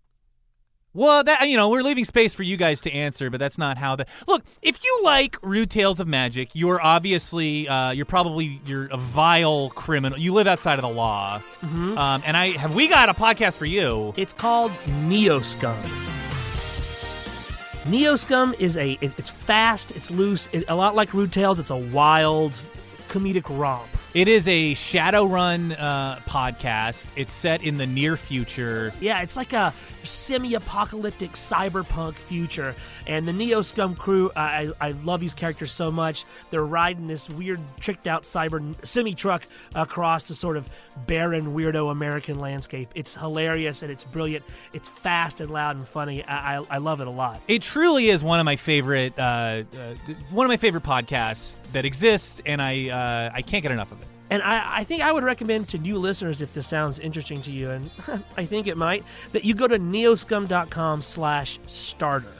Well, that you know, we're leaving space for you guys to answer, but that's not how the look. If you like rude tales of magic, you're obviously uh, you're probably you're a vile criminal. You live outside of the law,
Uh,
um, and I have we got a podcast for you.
Mm-hmm. It's called Neo Scum. Neo Scum is a it- it's fast, it's loose, it, a lot like Rude Tales. It's a wild comedic romp.
It is a Shadowrun uh, podcast. It's set in the near future.
Yeah, it's like a semi-apocalyptic cyberpunk future, and the Neo Scum crew. I, I I love these characters so much. They're riding this weird, tricked-out cyber semi truck across the sort of barren, weirdo American landscape. It's hilarious and it's brilliant. It's fast and loud and funny. I I, I love it a lot.
It truly is one of my favorite uh, uh, one of my favorite podcasts that exists, and I uh, I can't get enough of it.
And I, I think I would recommend to new listeners, if this sounds interesting to you, and I think it might, that you go to neoscum.com slash starter.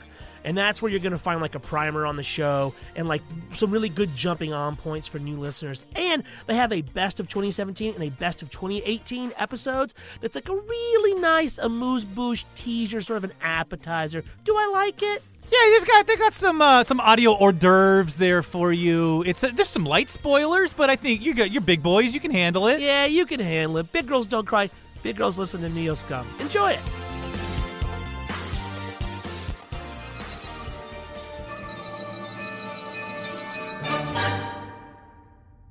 And that's where you're going to find like a primer on the show and like some really good jumping on points for new listeners. And they have a best of 2017 and a best of 2018 episodes that's like a really nice amuse bouche teaser, sort of an appetizer. Do I like it?
Yeah, they got they got some uh, some audio hors d'oeuvres there for you. It's uh, there's some light spoilers, but I think you got you're big boys. You can handle it.
Yeah, you can handle it. Big girls don't cry. Big girls listen to Neo Scum. Enjoy it.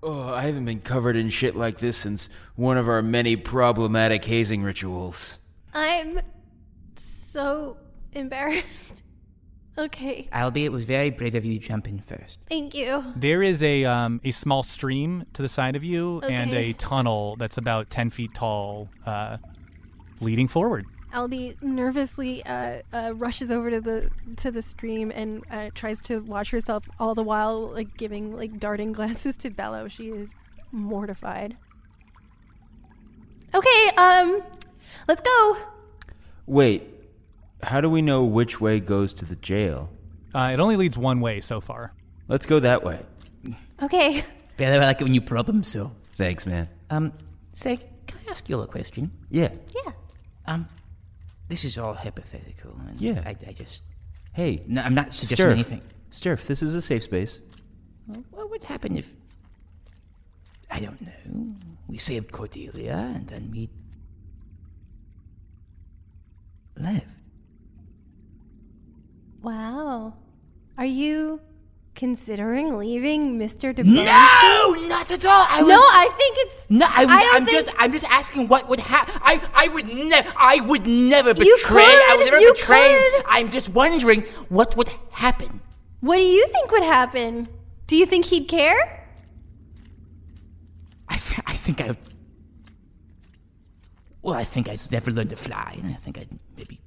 Oh, I haven't been covered in shit like this since one of our many problematic hazing rituals.
I'm so embarrassed. Okay,
Albie, it was very brave of you to jump in first.
thank you.
There is a um, a small stream to the side of you and
Okay.
a tunnel that's about ten feet tall, uh, leading forward.
Albie nervously uh, uh, rushes over to the to the stream and uh, tries to watch herself, all the while like giving like darting glances to Bello. She is mortified. Okay, um, let's go.
Wait, how do we know which way goes to the jail?
Uh, it only leads one way so far.
Let's go that way.
Okay.
Better I like it when you problem so.
Thanks, man.
Um, say, can I ask you all a question?
Yeah.
Yeah.
Um, this is all hypothetical. And
Yeah.
I, I just.
Hey.
No, I'm not suggesting
Sturf.
anything.
Sturf, this is a safe space.
Well, what would happen if. I don't know. We saved Cordelia and then we. left.
Wow, are you considering leaving Mister De
No, not at all. I
no,
was-
I think it's
No, I,
I don't
am
think-
just, I'm just asking what would happen. I, I would never, I would never betray.
You
I would
could,
never
you
betray.
could.
I'm just wondering what would happen.
What do you think would happen? Do you think he'd care?
I think I. Well, I think I'd never learn to fly, and I think I'd maybe.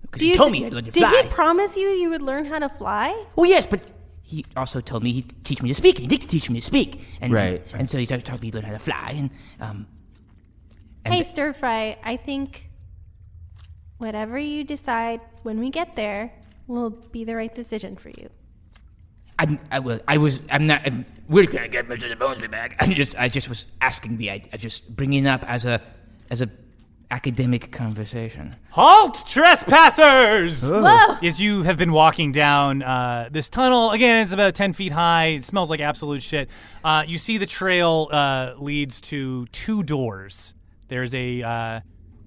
Because
Do
he
you
told
th-
me I'd learn to
Did
fly.
he promise you you would learn how to fly?
well, yes, but he also told me he'd teach me to speak. and He did teach me to speak, and
Right.
and so he taught, taught me to learn how to fly, and um. And
hey, Stir Fry, I think whatever you decide when we get there will be the right decision for you.
I'm, I was, I was, I'm not. I'm, we're gonna get Mr. The Bones back. I'm just, I just was asking the, I, I just bringing it up as a, as a academic conversation.
Halt, trespassers!
Oh. Whoa!
As you have been walking down uh, this tunnel, again, it's about 10 feet high. It smells like absolute shit. Uh, you see the trail uh, leads to two doors. There's a, uh,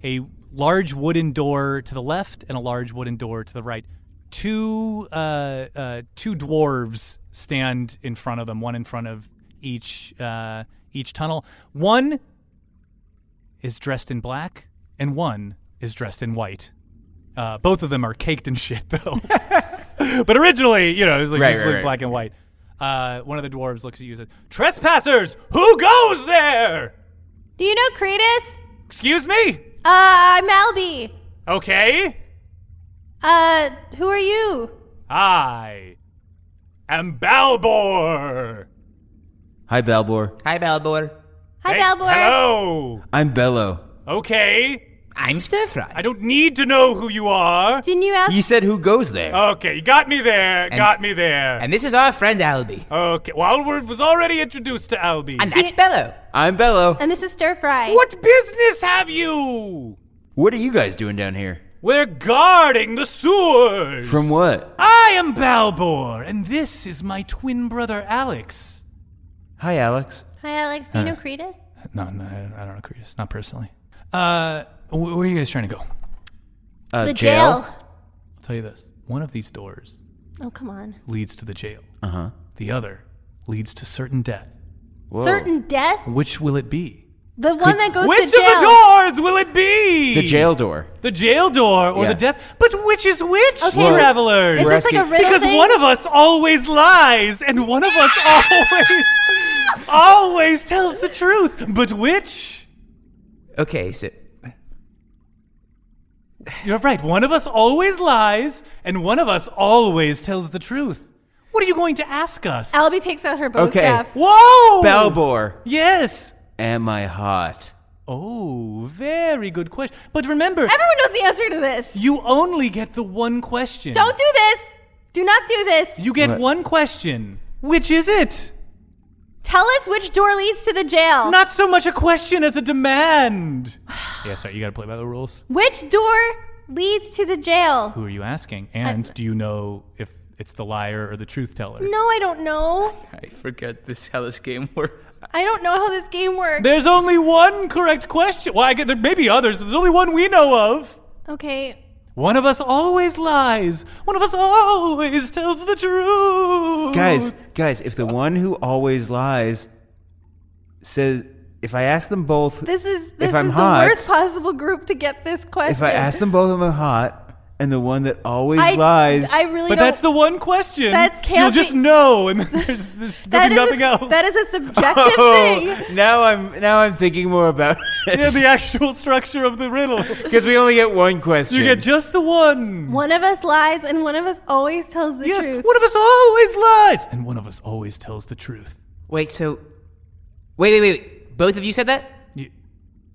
a large wooden door to the left and a large wooden door to the right. Two, uh, uh, two dwarves stand in front of them, one in front of each, uh, each tunnel. One is dressed in black and one is dressed in white. Uh, both of them are caked in shit, though. but originally, you know, it was like
Right,
just
right,
with
right.
black and white. Uh, one of the dwarves looks at you and says, Trespassers, who goes there?
Do you know Kratos?
Excuse me?
Uh, I'm Albie.
Okay.
Uh, who are you?
I am Balbor.
Hi, Balbor.
Hi, Balbor.
Hi, Balbor.
Hello.
I'm Bello.
Okay.
I'm Stir Fry.
I don't need to know who you are.
Didn't you ask?
You said who goes there.
Okay, you got me there.
And-
got me there.
And this is our friend Albie.
Okay, well, we was already introduced to Albie.
And that's Bello.
I'm Bello.
And this is Stir Fry.
What business have you?
What are you guys doing down here?
We're guarding the sewers.
From what?
I am Balbor, and this is my twin brother Alex.
Hi, Alex.
Hi, Alex. Do you
Uh,
know Cretus?
No, no, I don't know, Chris. Not personally. Uh, wh- where are you guys trying to go?
Uh, The jail. jail.
I'll tell you this: one of these doors
Oh, come on.
leads to the jail.
Uh huh.
The other leads to certain death.
Certain death?
Which will it be?
The one that goes
which
to jail.
of the doors will it be?
The jail door.
The jail door or
Yeah.
the death? But which is which,
Okay, is-
travelers?
is this like a We're riddle
Because
thing?
one of us always lies, and one of us always, always tells the truth. But which?
Okay, so
You're right. One of us always lies, and one of us always tells the truth. What are you going to ask us?
Albie takes out her bow
Okay.
staff.
Whoa!
Balbor.
Yes.
Am I hot?
Oh, very good question. But remember,
Everyone knows the answer to this.
you only get the one question.
Don't do this. Do not do this.
You get
What?
one question. Which is it?
Tell us which door leads to the jail.
Not so much a question as a demand. yeah, sorry, you gotta play by the rules.
Which door leads to the jail?
Who are you asking? And do you know if it's the liar or the truth teller?
No, I don't know.
I forget this how this game works.
I don't know how this game works.
There's only one correct question. Well, I get, there may be others, but there's only one we know of.
okay.
One of us always lies. One of us always tells the truth.
Guys, guys, if the one who always lies says, if I ask them both,
This is this
if I'm
is
hot,
the worst possible group to get this question.
if I ask them both, am I hot? And the one that always
I-
lies,
I really
But
don't-
that's the one question.
That
You'll
can't
just
be-
know, and then there's, there's
That
there'll be
is a
nothing
s-
else.
That is a subjective thing.
oh, now I'm now I'm thinking more about it
yeah, the actual structure of the riddle.
because we only get one question.
You get just the one.
One of us lies, and one of us always tells the truth.
One of us always lies, and one of us always tells the truth.
Wait, so wait, wait, wait. Both of you said that?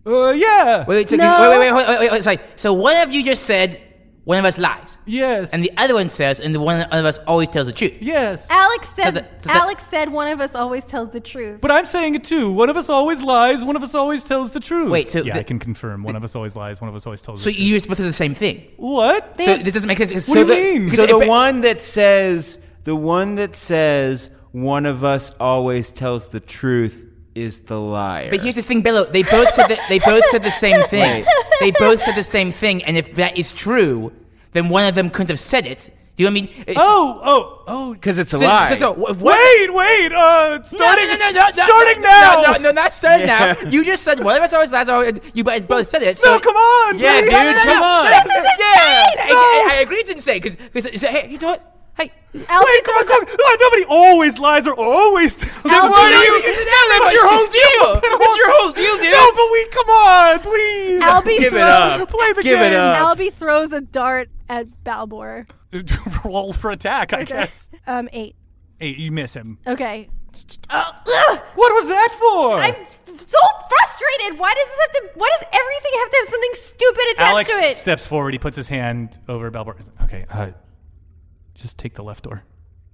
Uh, yeah.
Wait, wait, so
No.
wait, wait, wait, wait, wait, wait, sorry. So one of you just said one of us lies.
Yes.
And the other one says, and the one of us always tells the truth.
Yes.
Alex said.
that- so that-
Alex said one of us always tells the truth.
But I'm saying it too. One of us always lies. One of us always tells the truth.
Wait, so
yeah,
the-
I can confirm. One of us always lies. One of us always tells.
So
the
you just both said the same thing.
truth. what?
So this doesn't make sense.
What do you mean?
So the one that says the one that says one of us always tells the truth is the liar.
But here's the thing, Bello. They both said that they both said the same thing. They both said the same thing, and if that is true, then one of them couldn't have said it. Do you know what I mean? It-
Oh, oh, oh.
because it's a
So-
lie.
so- so wh- what-
Wait, wait. Uh,
No, no,
starting.
no, no, no, no,
starting
no,
now.
No, no, no, not starting
Yeah.
now. You just said one of us always lies. Or you guys both said it. So
No, come on.
yeah,
please.
dude, come on.
Yeah, I,
insane!
I, I agree it's insane because because hey, you know what? Hey,
Albie
Wait, come on, come on. No, nobody always lies or always tells. the truth.
Albie- No,
you, you, no, that's your whole deal. That's your whole deal, dude.
No, but Oh, we come on, please.
Albie
Give it
throws,
up.
Play the
Give it
game.
up.
Albie throws a dart at Balbor.
Roll for attack, I guess.
Um, eight.
Hey, you miss him.
Okay. Oh, ugh!
What was that for?
I'm so frustrated. Why does this have to? Why does everything have to have something stupid attached
Alex
to it?
steps forward. He puts his hand over Balbor. Okay, uh, just take the left door.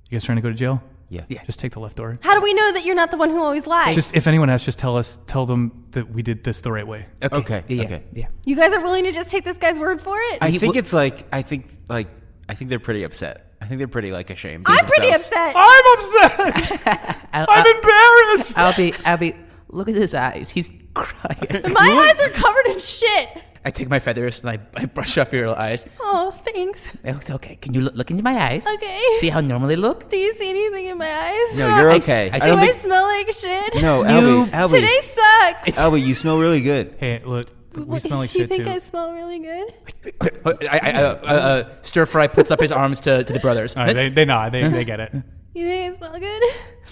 You guys trying to go to jail?
Yeah.
Just take the left door.
How do we know that you're not the one who always lies?
Just if anyone asks, just tell us. Tell them that we did this the right way.
Okay.
Okay,
Yeah, yeah,
okay.
Yeah.
you guys are willing to just take this guy's word for it?
I
He
think
w-
it's like I think like I think they're pretty upset. I think they're pretty like ashamed. of
am pretty
themselves.
upset.
I'm upset.
I'll,
I'm embarrassed.
I'll be. I'll be. Look at his eyes. He's crying.
My eyes are covered in shit.
I take my feathers and I, I brush off your eyes.
Oh, thanks.
It looks okay. Can you look, look into my eyes?
Okay.
See how normal they look?
Do you see anything in my eyes?
No, you're
I-
okay.
I
I,
see-
Do
don't
I
think.
smell like shit?
No,
You-
Albie, Albie,
Today sucks.
Albie, you smell really good.
hey, look, we
What-
smell like
you
shit
think
too.
I smell really good?
I, I, uh, uh, Stir fry puts up his arms to, to the brothers.
All right, they, they nod. They, they get it.
You think I smell good?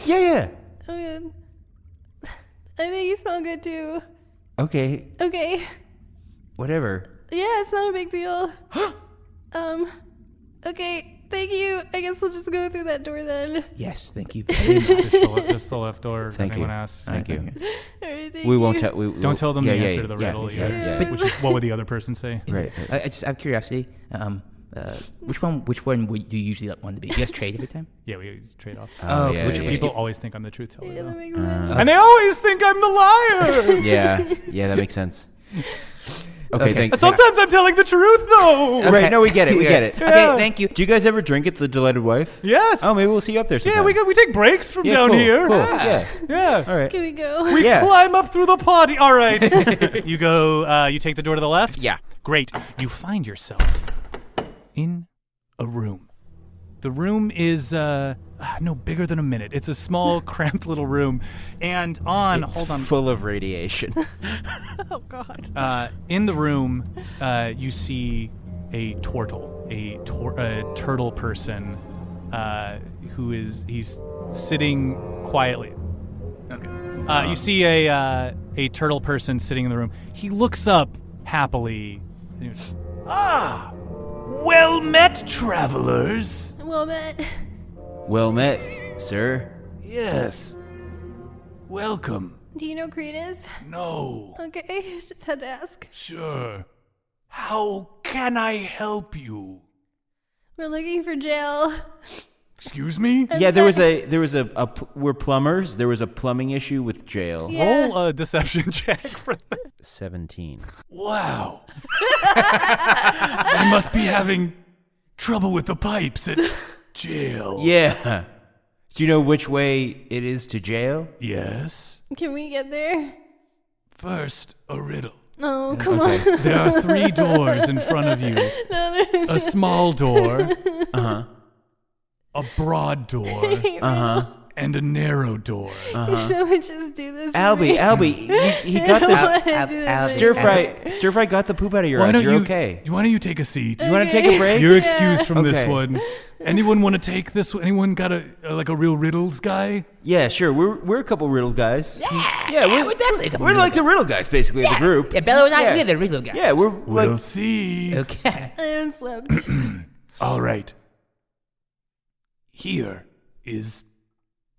Yeah, yeah.
I'm good. I think you smell good too.
Okay,
Okay.
whatever.
Yeah, it's not a big deal. um, okay. Thank you. I guess we'll just go through that door then.
yes, thank you very much.
Just the, le- just the left door. if
Thank
anyone
you.
asks.
Thank you.
All right, thank
We won't
you.
tell. We,
Don't tell them
yeah,
the
yeah,
answer to the
yeah,
riddle.
Yeah, yeah,
Which is what would the other person say?
Right. right.
I, I just out of curiosity, um, uh, which one which one would, do you usually want to be? You guys trade every time?
Yeah, we trade off.
Oh, Uh,
yeah,
Which
yeah,
people always think I'm the truth teller.
Yeah,
though.
that makes sense.
Uh,
And they always think I'm the liar.
yeah, yeah, that makes sense. Okay, thank you.
Sometimes I'm telling the truth, though.
Right, no, we get it. We get it.
Yeah.
you. Do you guys ever drink at the Delighted Wife?
Yes.
Oh, maybe we'll see you up there sometime.
Yeah, we got, we take breaks from
Yeah,
down
cool,
here.
cool,
Ah.
Yeah.
yeah. All
right.
Here we go.
We
Yeah.
climb up through the potty. All right. you go. Uh, you take the door to the left.
Yeah.
Great. You find yourself in a room. The room is uh, ah, no bigger than a minute. It's a small, cramped little room, and on.
It's
hold on.
Full of radiation.
Uh, in the room, uh, you see a tortle, a, tor- a turtle person, uh, who is he's sitting quietly.
Okay.
Uh, you see a uh, a turtle person sitting in the room. He looks up happily. Ah, well met, travelers.
Well, Matt.
well met, sir.
Yes.
Welcome.
Do you know Creed is?
No.
Okay, just had to ask.
Sure. How can I help you?
We're looking for jail.
Excuse me?
yeah, there was a there was a, a pl- we're plumbers. There was a plumbing issue with jail. Uh,
Yeah.
Roll a deception check. For
Seventeen.
Wow. I must be having trouble with the pipes at jail.
Yeah. Do you know which way it is to jail?
Yes.
Can we get there?
First, a riddle.
Oh, come
Okay.
on.
There are three doors in front of you
No, there's
a small door,
Uh huh.
a broad door,
Uh huh.
and a narrow door.
So we just do this.
Albie,
movie.
Albie, Uh-huh. he, he got
I don't
the
wanna do this
stir
movie.
fry. Stir fry got the poop out of your eyes. You're
you,
okay.
Why don't you take a seat?
You want to take a break?
You're excused from this
Okay.
one. Anyone want to take this one? Anyone got a uh, like a real riddles guy?
Yeah, sure. We're we're a couple riddle guys.
Yeah,
Yeah,
we're,
we're-
definitely a couple
We're
real
like the riddle guys, basically, of the group.
Yeah, Bello and I,
Yeah.
we're the real guys.
Yeah, we're like,
We'll see.
Okay.
I haven't slept.
All right. Here is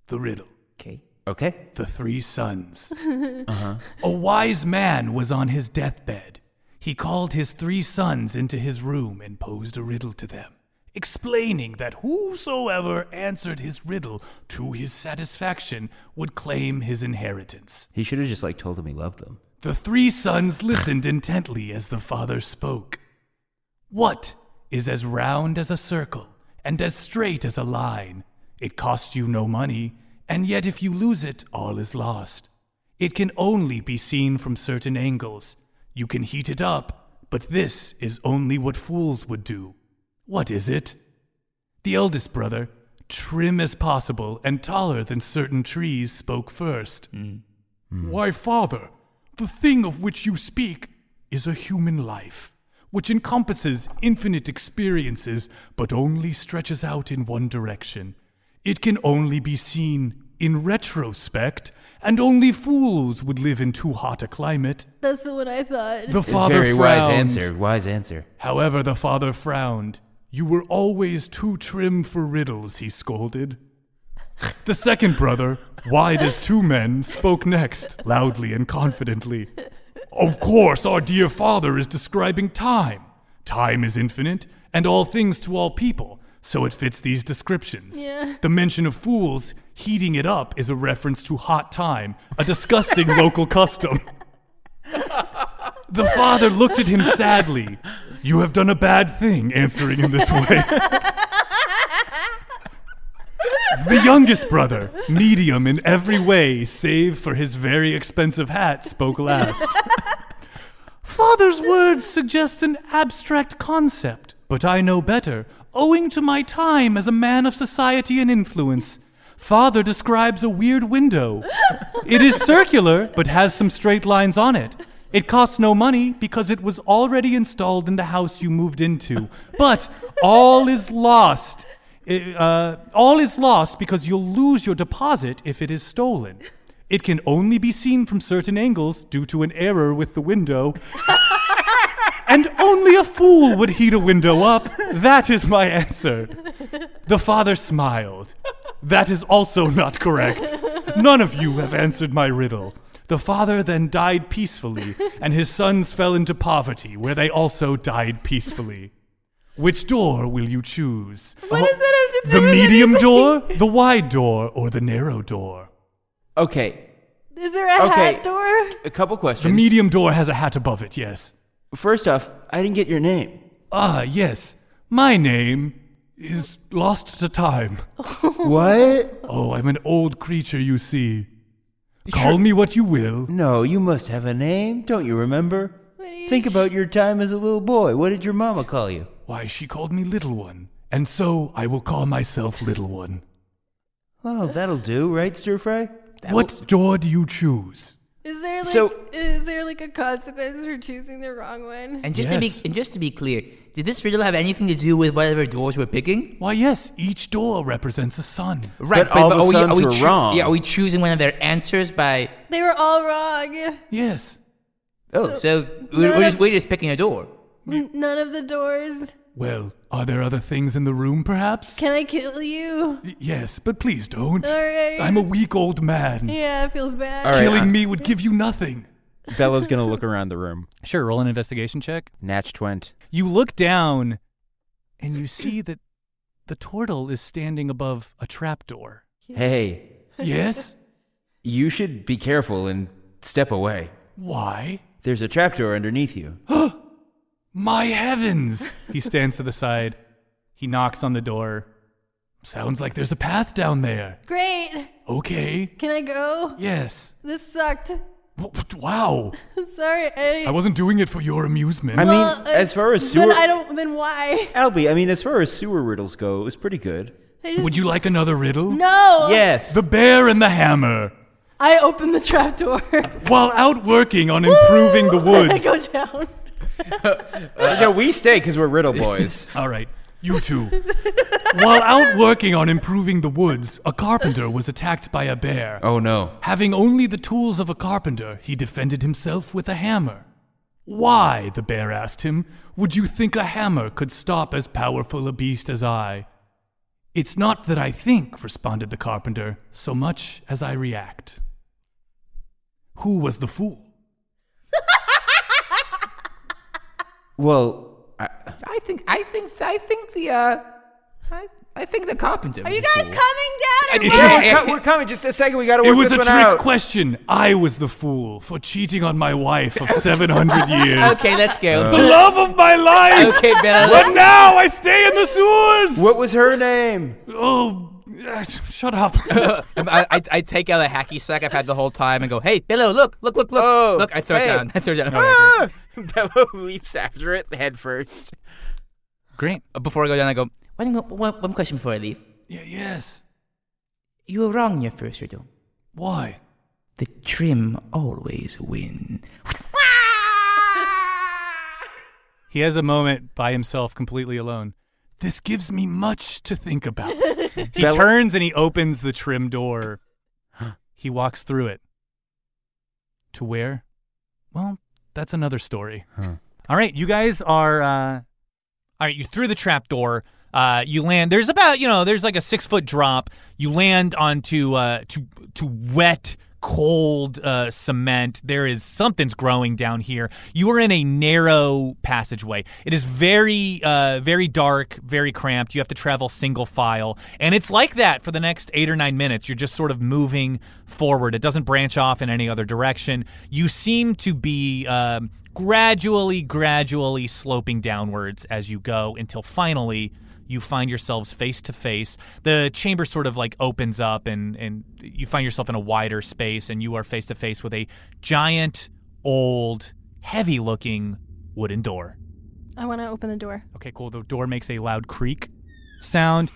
the riddle.
Okay.
okay.
The three sons. Uh-huh.
Uh huh.
A wise man was on his deathbed. He called his three sons into his room and posed a riddle to them, explaining that whosoever answered his riddle to his satisfaction would claim his inheritance.
He should have just like told him he loved them.
The three sons listened intently as the father spoke. What is as round as a circle and as straight as a line? It costs you no money, and yet if you lose it, all is lost. It can only be seen from certain angles. You can heat it up, but this is only what fools would do. What is it? The eldest brother, trim as possible and taller than certain trees, spoke first. Why, father, the thing of which you speak is a human life, which encompasses infinite experiences, but only stretches out in one direction. It can only be seen in retrospect, and only fools would live in too hot a climate.
That's the one I thought.
The father
Very
frowned.
wise answer. Wise answer.
However, the father frowned. You were always too trim for riddles, he scolded. The second brother, wide as two men, spoke next, loudly and confidently. Of course, our dear father is describing time. Time is infinite, and all things to all people, so it fits these descriptions.
Yeah.
The mention of fools heating it up is a reference to hot time, a disgusting local custom. The father looked at him sadly. You have done a bad thing answering in this way. The youngest brother, medium in every way save for his very expensive hat, spoke last. Father's words suggest an abstract concept, but I know better, owing to my time as a man of society and influence. Father describes a weird window. It is circular, but has some straight lines on it. It costs no money because it was already installed in the house you moved into. But all is lost. I- uh, all is lost because you'll lose your deposit if it is stolen. It can only be seen from certain angles due to an error with the window. and only a fool would heat a window up. That is my answer. The father smiled. That is also not correct. None of you have answered my riddle. The father then died peacefully, and his sons fell into poverty, where they also died peacefully. Which door will you choose?
What does that have to do
The
with
medium
anything?
door, the wide door, or the narrow door?
Okay,
Is there a
Okay.
hat door?
a couple
The
questions.
medium door has a hat above it, yes.
First off, I didn't get your name.
Ah, yes. My name is lost to time.
what?
Oh, I'm an old creature, you see. Call me what you will.
No, you must have a name. Don't you remember? Think about your time as a little boy. What did your mama call you?
Why, she called me Little One, and so I will call myself Little One.
Oh, that'll do, right, Stir Fry?
what door do you choose?
Is there like
So-
is there like a consequence for choosing the wrong one?
And just to be and just to be clear, did this riddle have anything to do with whatever doors we're picking?
Why, yes, each door represents a sun.
Right, are we- are we choo-
wrong.
Yeah, are we choosing one of their answers by?
they were all wrong.
Yes.
Oh, so, we're,
no,
we're
no.
just we're just picking a door.
N- None of the doors.
Well, are there other things in the room, perhaps?
Can I kill you?
Yes, but please don't.
All right.
I'm a weak old man.
Yeah, it feels bad.
All right,
Killing
I-
me would give you nothing.
Bello's gonna look around the room.
Sure, roll an investigation check.
Natch twent.
You look down and you see that the turtle is standing above a trapdoor.
Hey.
Yes?
You should be careful and step away.
Why?
There's a trapdoor underneath you.
My heavens!
He stands to the side. He knocks on the door.
Sounds like there's a path down there.
Great.
Okay.
Can I go?
Yes.
This sucked.
Wow.
Sorry. I,
I wasn't doing it for your amusement.
I mean,
Well, uh,
as far as
Then
sewer,
I don't. Then why?
Albie, I mean, as far as sewer riddles go, it was pretty good.
I just-
Would you like another riddle?
No.
Yes.
The bear and the hammer.
I opened the trapdoor.
While out working on improving the
I
woods.
go down.
no, Uh, we stay because we're riddle boys.
All right, you two. While out working on improving the woods, a carpenter was attacked by a bear.
Oh no.
Having only the tools of a carpenter, he defended himself with a hammer. Why, the bear asked him, would you think a hammer could stop as powerful a beast as I? It's not that I think, responded the carpenter, so much as I react. Who was the fool?
Well, I,
I think I think I think the uh, I, I think the carpenter.
Are you guys coming down? Or
It
what?
is-
we're coming. Just a second. We gotta work
it was
this
a
one
trick
out.
question. I was the fool for cheating on my wife of 700 years.
Okay, let's go.
The love of my life.
Okay, Bella.
But now I stay in the sewers.
What was her name? Oh,
Oh, uh, shut up.
I, I, I take out a hacky sack I've had the whole time and go, "Hey, Billow, look, look, look, look,
Oh,
look!" I throw
hey.
it down. I throw it down.
Ah! Bello leaps after it head first.
Great.
Uh, Before I go down, I go, one, one, one question before I leave.
Y- yes.
You were wrong in your first riddle.
Why?
The trim always win.
He has a moment by himself, completely alone.
This gives me much to think about.
He
Bella-
turns and he opens the trim door. he walks through it. To where? Well, that's another story. All right, you guys are. Uh... All right, you through the trap door. Uh, you land. There's about you know there's like a six foot drop. You land onto uh, to to wet cold uh, cement. There is something's growing down here. You are in a narrow passageway. It is very uh, very dark, very cramped. You have to travel single file, and it's like that for the next eight or nine minutes. You're just sort of moving forward. It doesn't branch off in any other direction. You seem to be. Um, gradually, gradually sloping downwards as you go until finally you find yourselves face to face. The chamber sort of like opens up and, and you find yourself in a wider space and you are face to face with a giant, old, heavy looking wooden door.
I want to open the door.
Okay, cool. The door makes a loud creak sound.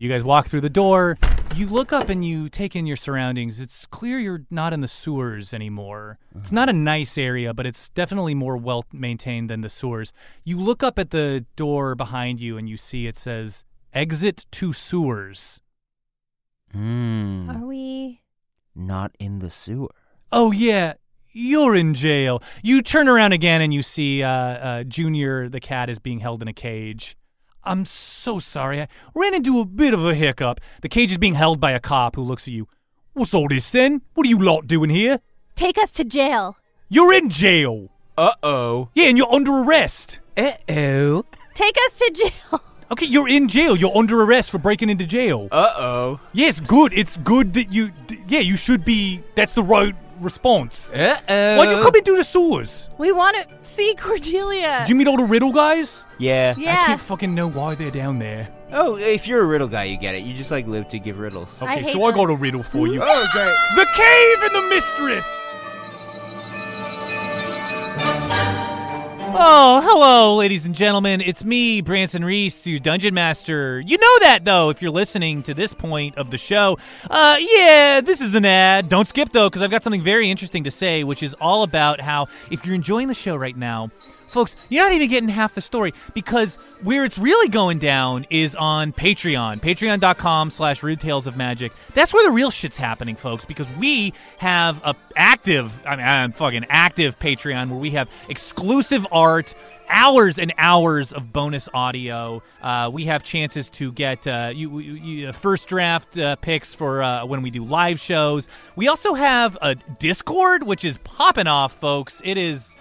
You guys walk through the door. You look up and you take in your surroundings. It's clear you're not in the sewers anymore. It's not a nice area, but it's definitely more well maintained than the sewers. You look up at the door behind you and you see it says exit to sewers.
Hmm.
Are we?
Not in the sewer.
Oh yeah, you're in jail. You turn around again and you see uh, uh, Junior the cat is being held in a cage. I'm so sorry. I ran into a bit of a hiccup. The cage is being held by a cop who looks at you. What's all this then? What are you lot doing here?
Take us to jail.
You're in jail.
Uh oh.
Yeah, and you're under arrest.
Uh oh.
Take us to jail.
Okay, you're in jail. You're under arrest for breaking into jail.
Uh oh.
Yes, good. It's good that you. d- Yeah, you should be. That's the right
response.
Uh-oh.
Why'd you come in through the sewers?
We want to see Cordelia.
Did you meet all the riddle guys?
Yeah.
I
Yeah.
can't fucking know why they're down there.
Oh, if you're a riddle guy, you get it. You just like live to give riddles.
Okay, so I got a riddle for you.
Oh, great.
The cave and the mistress.
Oh, hello, ladies and gentlemen. It's me, Branson Reese, your dungeon master. You know that, though, if you're listening to this point of the show. Uh, yeah, this is an ad. Don't skip, though, because I've got something very interesting to say, which is all about how if you're enjoying the show right now, folks, you're not even getting half the story because where it's really going down is on Patreon, patreon.com slash rude tales of magic. That's where the real shit's happening, folks, because we have a active, I mean, I'm fucking active Patreon where we have exclusive art, hours and hours of bonus audio. Uh, we have chances to get uh, you, you, you first draft uh, picks for uh, when we do live shows. We also have a Discord, which is popping off, folks. It is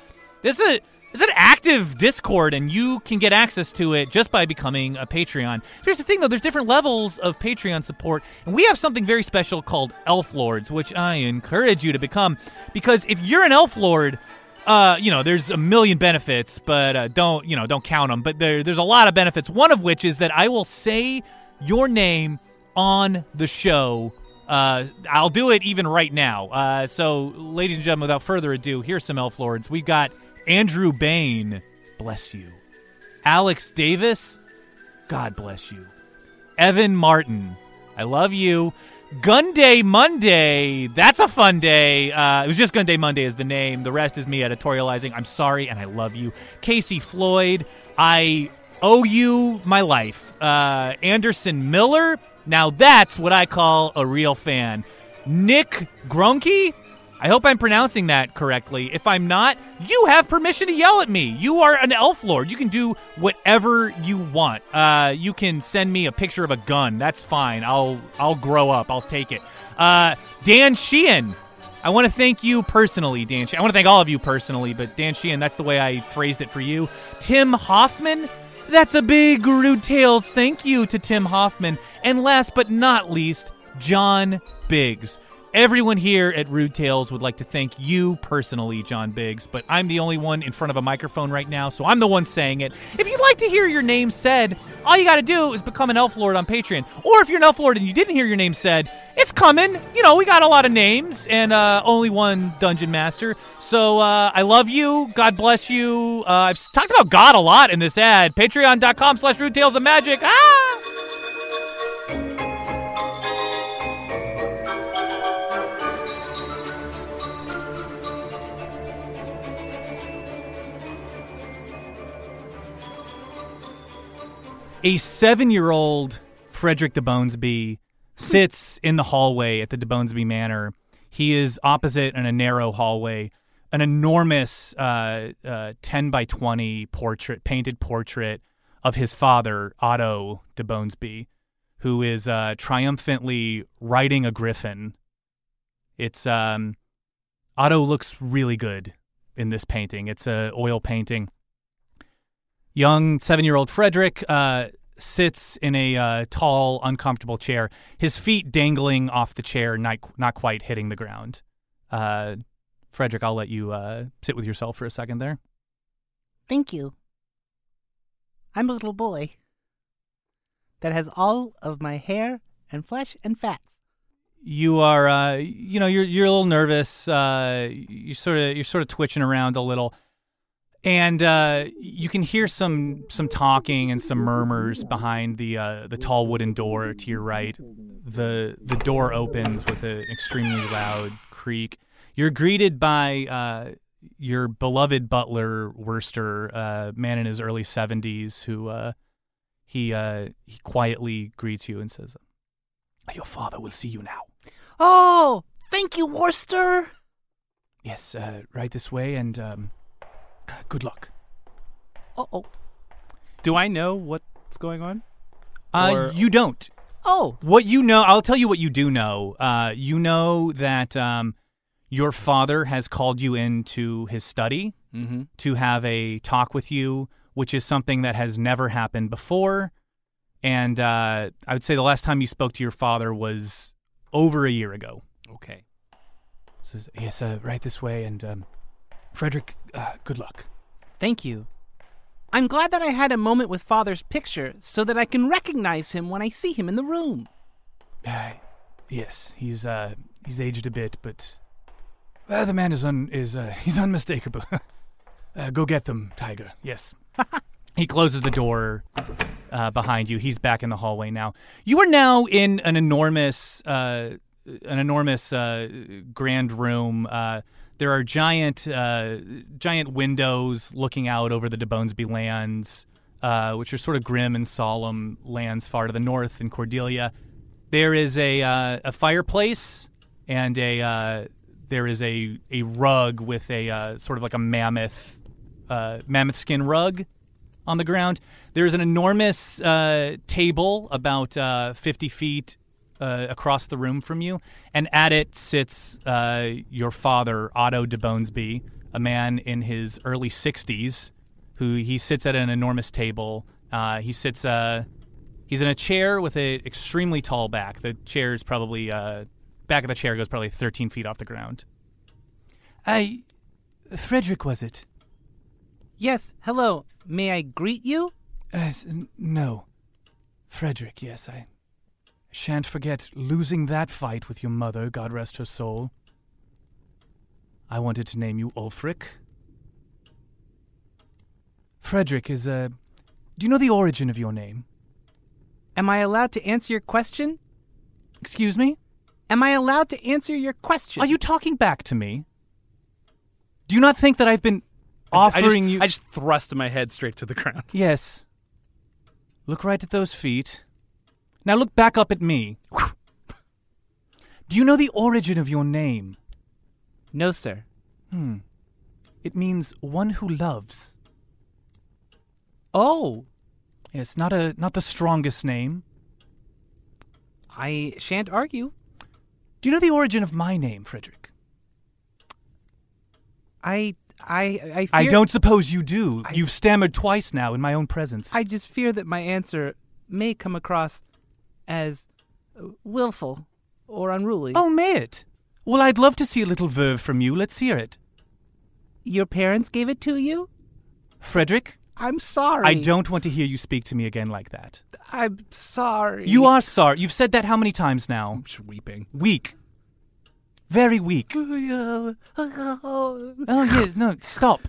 this is a it's an active Discord, and you can get access to it just by becoming a Patreon. Here's the thing, though: there's different levels of Patreon support, and we have something very special called Elf Lords, which I encourage you to become, because if you're an Elf Lord, uh, you know, there's a million benefits, but uh, don't you know, don't count them. But there, there's a lot of benefits. One of which is that I will say your name on the show. Uh, I'll do it even right now. Uh, so, ladies and gentlemen, without further ado, here's some elf lords. We've got Andrew Bain, bless you. Alex Davis, God bless you. Evan Martin, I love you. Gun Day Monday, that's a fun day. Uh, it was just Gun Day Monday is the name. The rest is me editorializing. I'm sorry and I love you. Casey Floyd, I owe you my life. Uh, Anderson Miller, now that's what I call a real fan. Nick Gronke, I hope I'm pronouncing that correctly. If I'm not, you have permission to yell at me. You are an elf lord. You can do whatever you want. Uh, you can send me a picture of a gun. That's fine. I'll I'll grow up. I'll take it. Uh, Dan Sheehan. I want to thank you personally, Dan. She- I want to thank all of you personally, but Dan Sheehan, that's the way I phrased it for you. Tim Hoffman. That's a big rude tales. Thank you to Tim Hoffman. And last but not least, John Biggs. Everyone here at Rude Tales would like to thank you personally, John Biggs, but I'm the only one in front of a microphone right now, so I'm the one saying it. If you'd like to hear your name said, all you got to do is become an Elf Lord on Patreon. Or if you're an Elf Lord and you didn't hear your name said, it's coming. You know, we got a lot of names and uh, only one Dungeon Master. So uh, I love you. God bless you. Uh, I've talked about God a lot in this ad. Patreon.com slash Rude Tales of Magic. Ah! A seven year old Frederick de Bonesby sits in the hallway at the de Bonesby Manor. He is opposite in a narrow hallway, an enormous uh, uh, 10 by 20 portrait, painted portrait of his father, Otto de Bonesby, who is uh, triumphantly riding a griffin. It's um, Otto looks really good in this painting. It's a oil painting young seven year old Frederick uh, sits in a uh, tall, uncomfortable chair, his feet dangling off the chair, not, not quite hitting the ground. Uh, Frederick, I'll let you uh, sit with yourself for a second there.
Thank you. I'm a little boy that has all of my hair and flesh and fats.
You are, uh, you know, you're you're a little nervous. Uh, you sort of you're sort of twitching around a little, and uh, you can hear some some talking and some murmurs behind the uh, the tall wooden door to your right. the The door opens with an extremely loud creak. You're greeted by uh, your beloved butler Worcester, uh, man in his early seventies, who uh, he uh, he quietly greets you and says, "Your father will see you now."
Oh, thank you, Worcester.
Yes, uh, right this way, and um, uh, good luck.
Oh, oh,
Do I know what's going on?
Uh,
Or-
you don't.
Oh.
What you know, I'll tell you what you do know. Uh, you know that um, your father has called you into his study
Mm-hmm.
Mhm.
to have a talk with you, which is something that has never happened before. And uh, I would say the last time you spoke to your father was over a year ago.
Okay.
says, yes, uh, right this way, and um, Frederick, uh, good luck.
Thank you. I'm glad that I had a moment with Father's picture so that I can recognize him when I see him in the room.
Uh, yes, he's uh, he's aged a bit, but uh, the man is un is uh, he's unmistakable. uh, go get them, Tiger.
Yes.
He closes the door uh, behind you. He's back in the hallway now. You are now in an enormous, uh, an enormous uh, grand room. Uh, there are giant, uh, giant windows looking out over the Debonesby lands, uh, which are sort of grim and solemn lands far to the north in Cordelia. There is a uh, a fireplace and a uh, there is a a rug with a uh, sort of like a mammoth uh, mammoth skin rug on the ground. There's an enormous uh, table about uh, 50 feet uh, across the room from you, and at it sits uh, your father, Otto de Bonesby, a man in his early 60s, who he sits at an enormous table. Uh, he sits. Uh, he's in a chair with an extremely tall back. The chair is probably uh, back of the chair goes probably 13 feet off the ground. I, Frederick, was it?
Yes, hello. May I greet you?
Uh,
Yes, no. Frederick, yes, I shan't forget losing that fight with your mother, God rest her soul. I wanted to name you Ulfric. Frederick is a. Do you know the origin of your name?
Am I allowed to answer your question?
Excuse me?
Am I allowed to answer your question?
Are you talking back to me? Do you not think that I've been offering
I just,
you.
I just thrust my head straight to the ground.
Yes. Look right at those feet. Now look back up at me. Do you know the origin of your name?
No, sir.
Hmm. It means one who loves.
Oh,
Yes, not a not the strongest name.
I shan't argue.
Do you know the origin of my name, Frederick?
I I I fear,
I don't suppose you do. You've stammered twice now in my own presence.
I just fear that my answer may come across as uh, willful or unruly.
Oh, may it? Well, I'd love to see a little verve from you. Let's hear it.
your parents gave it to you?
Frederick,
I'm sorry.
I don't want to hear you speak to me again like that.
I'm sorry.
You are sorry. You've said that how many times now? I'm
just weeping.
Weak. Very weak.
Oh
Oh, yes, no, stop.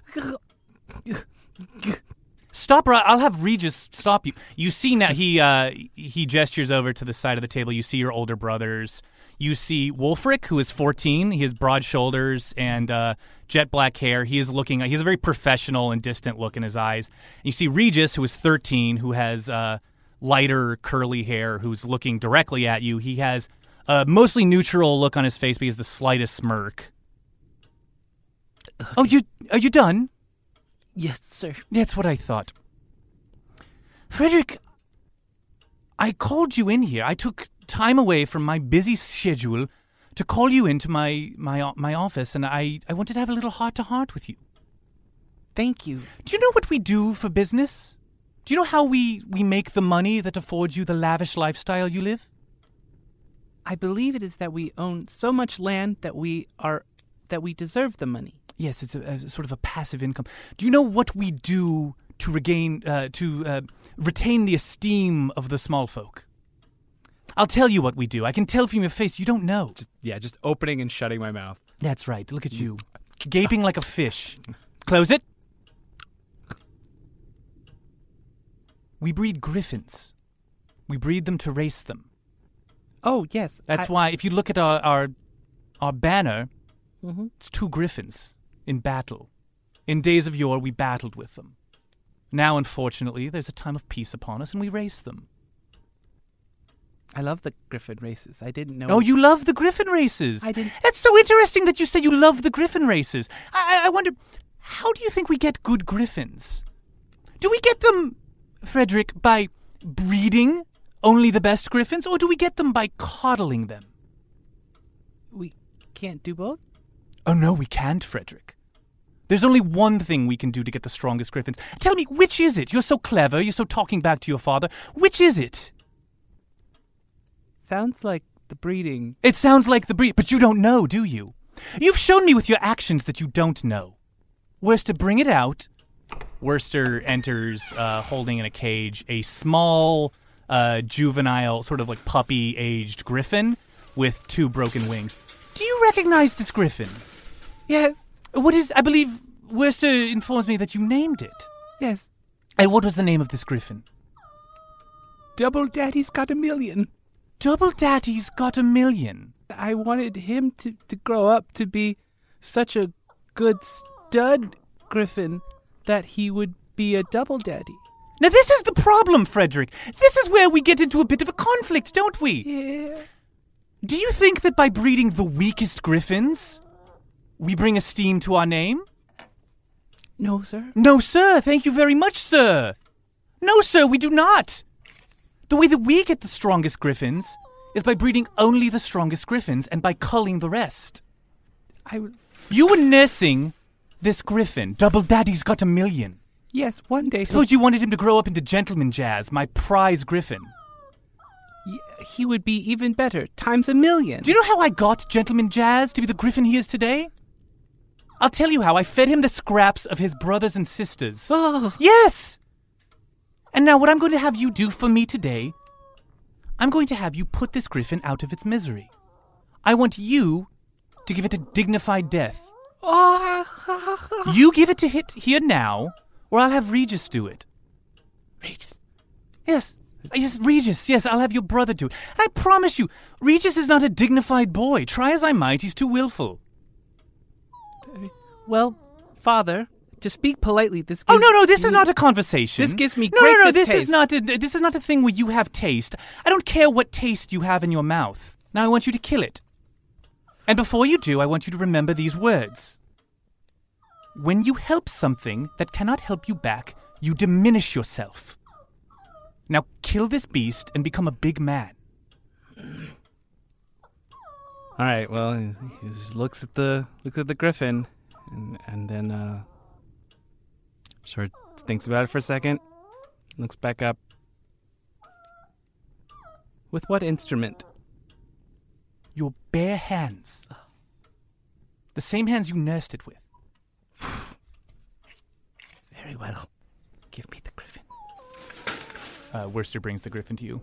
Stop, or I'll have Regis stop you. You see now, he, uh, he gestures over to the side of the table. You see your older brothers. You see Wolfric, who is 14. He has broad shoulders and uh, jet black hair. He is looking, he has a very professional and distant look in his eyes. And you see Regis, who is 13, who has uh, lighter curly hair, who's looking directly at you. He has a mostly neutral look on his face, but he has the slightest smirk. Oh, you are you done?
Yes, sir.
That's what I thought. Frederick, I called you in here. I took time away from my busy schedule to call you into my my o- my office, and I I wanted to have a little heart to heart with you.
Thank you.
Do you know what we do for business? Do you know how we we make the money that affords you the lavish lifestyle you live?
I believe it is that we own so much land that we are that we deserve the money.
Yes, it's a, a sort of a passive income. Do you know what we do to regain uh, to uh, retain the esteem of the small folk? I'll tell you what we do. I can tell from your face you don't know.
Yeah, just opening and shutting my mouth.
That's right. Look at you, gaping like a fish. Close it. We breed griffins. We breed them to race them.
Oh yes,
That's
I-
why if you look at our our, our banner,
Mhm.
it's two griffins in battle. In days of yore, we battled with them. Now, unfortunately, there's a time of peace upon us, and we race them.
I love the Griffin races. I didn't know.
Oh, you love the griffin races.
I didn't-
That's so interesting that you say you love the griffin races. I, I- I wonder, how do you think we get good griffins? Do we get them, Frederick, by breeding only the best griffins, or do we get them by coddling them?
we can't do both.
Oh no, we can't, Frederick. There's only one thing we can do to get the strongest griffins. Tell me, which is it? You're so clever, you're so talking back to your father. Which is it?
Sounds like the breeding.
It sounds like the breed, but you don't know, do you? You've shown me with your actions that you don't know. Worster, bring it out. Worcester enters uh, holding in a cage a small, uh, juvenile, sort of like puppy aged griffin with two broken wings. Do you recognize this griffin? Yeah. What is. I believe Worcester informs me that you named it.
Yes.
And what was the name of this griffin?
Double Daddy's got a million.
Double Daddy's got a million.
I wanted him to, to grow up to be such a good stud griffin that he would be a double daddy.
Now, this is the problem, Frederick. This is where we get into a bit of a conflict, don't we?
Yeah.
Do you think that by breeding the weakest griffins, we bring esteem to our name?
No, sir.
No, sir. Thank you very much, sir. No, sir, we do not. The way that we get the strongest griffins is by breeding only the strongest griffins and by culling the rest.
I would.
You were nursing this griffin. Double Daddy's got a million.
Yes, one day.
Suppose you wanted him to grow up into Gentleman Jazz, my prize griffin.
He would be even better, times a million.
Do you know how I got Gentleman Jazz to be the griffin he is today? I'll tell you how. I fed him the scraps of his brothers and sisters.
Oh.
Yes! And now, what I'm going to have you do for me today, I'm going to have you put this griffin out of its misery. I want you to give it a dignified death.
Oh.
You give it to hit here now, or I'll have Regis do it.
Regis.
Yes. Yes, Regis. Yes, I'll have your brother do it. I promise you, Regis is not a dignified boy. Try as I might, he's too willful.
Well, Father, to speak politely, this.
Oh
gives
no, no, this
me-
is not a conversation.
This gives me
no,
great
no, no. This is
distaste.
not a. This is not a thing where you have taste. I don't care what taste you have in your mouth. Now I want you to kill it. And before you do, I want you to remember these words. When you help something that cannot help you back, you diminish yourself. Now kill this beast and become a big man.
All right. Well, he just looks at the looks at the griffin, and, and then uh, sort of thinks about it for a second. Looks back up. With what instrument?
Your bare hands. The same hands you nursed it with.
Very well. Give me the griffin.
Uh, Worcester brings the griffin to you.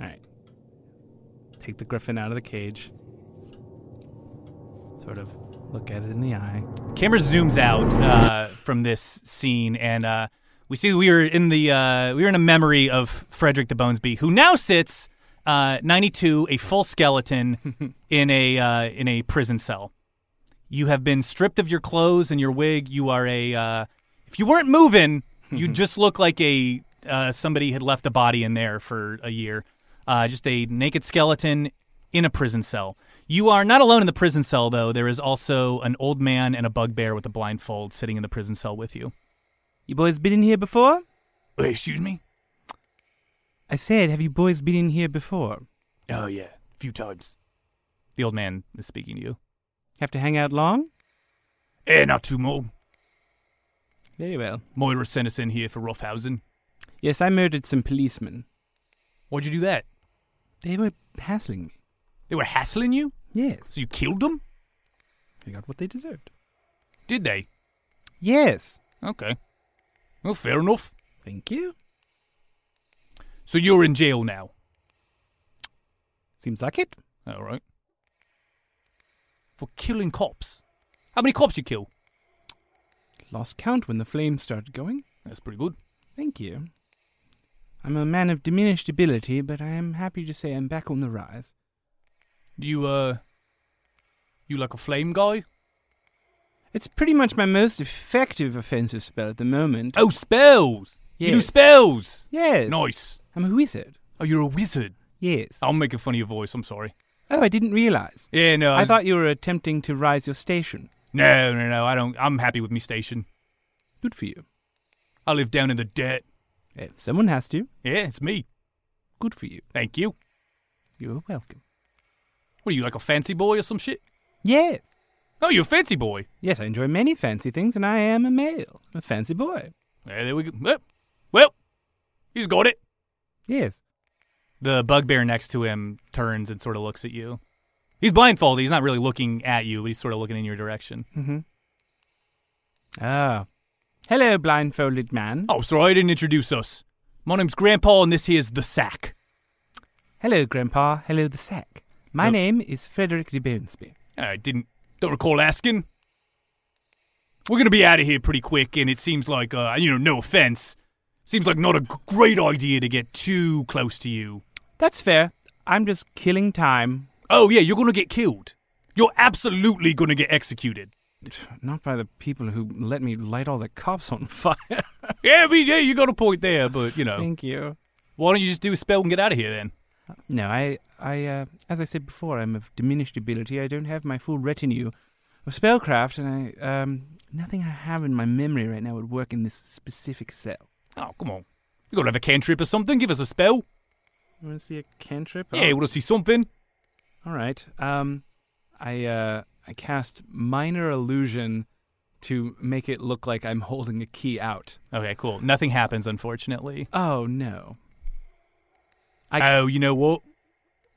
All right. Take the griffin out of the cage. Sort of look at it in the eye.
camera zooms out uh, from this scene, and uh, we see we are in the uh, we are in a memory of Frederick the Bonesby, who now sits uh, 92, a full skeleton, in a uh, in a prison cell. You have been stripped of your clothes and your wig. You are a uh, if you weren't moving, you just look like a uh, somebody had left a body in there for a year. Uh, just a naked skeleton in a prison cell. You are not alone in the prison cell, though. There is also an old man and a bugbear with a blindfold sitting in the prison cell with you.
You boys been in here before?
Wait, excuse me?
I said, have you boys been in here before?
Oh, yeah. A few times. The old man is speaking to you.
Have to hang out long?
Eh, not too long.
Very well.
Moira sent us in here for roughhousing.
Yes, I murdered some policemen.
Why'd you do that?
They were hassling me.
They were hassling you?
Yes.
So you killed them?
They got what they deserved.
Did they?
Yes.
Okay. Well, fair enough.
Thank you.
So you're in jail now.
Seems like it.
All right. For killing cops. How many cops you kill?
Lost count when the flames started going.
That's pretty good.
Thank you. I'm a man of diminished ability, but I am happy to say I'm back on the rise.
Do you, uh. You like a flame guy?
It's pretty much my most effective offensive spell at the moment.
Oh, spells! You do
Yes.
spells!
Yes.
Nice.
I'm a wizard.
Oh, you're a wizard.
Yes.
I'm making fun of your voice. I'm sorry.
Oh, I didn't realize.
Yeah, no.
I
was-
thought you were attempting to rise your station.
No, no, no. I don't. I'm happy with me station.
Good for you.
I live down in the dirt.
If someone has to,
Yeah, it's me.
good for you.
Thank you.
You're welcome.
What are you like a fancy boy or some shit?
Yes.
Oh, you're a fancy boy.
Yes, I enjoy many fancy things, and I am a male. I'm a fancy boy.
Yeah, there we go. Well, Well, he's got it.
Yes.
The bugbear next to him turns and sort of looks at you. He's blindfolded. He's not really looking at you, but he's sort of looking in your direction.
Mm-hmm. Ah. Hello, blindfolded man.
Oh, sorry, I didn't introduce us. My name's Grandpa, and this here is the sack.
Hello, Grandpa. Hello, the sack. My
Hello.
name is Frederick de Bonesby.
I didn't, don't recall asking. We're gonna be out of here pretty quick, and it seems like, uh, you know, no offense, seems like not a g- great idea to get too close to you.
That's fair. I'm just killing time.
Oh yeah, you're gonna get killed. You're absolutely gonna get executed.
Not by the people who let me light all the cops on fire.
Yeah, I mean, yeah, you got a point there, but you know.
Thank you.
Why don't you just do a spell and get out of here then?
No, I, I, uh, as I said before, I'm of diminished ability. I don't have my full retinue of spellcraft, and I, um, nothing I have in my memory right now would work in this specific cell.
Oh, come on. You gotta have a cantrip or something. Give us a spell.
You want to see a cantrip?
Yeah, you wanna see something?
All right. Um, I, uh, I cast minor illusion to make it look like I'm holding a key out.
Okay, cool. Nothing happens, unfortunately.
Oh no.
oh, you know what?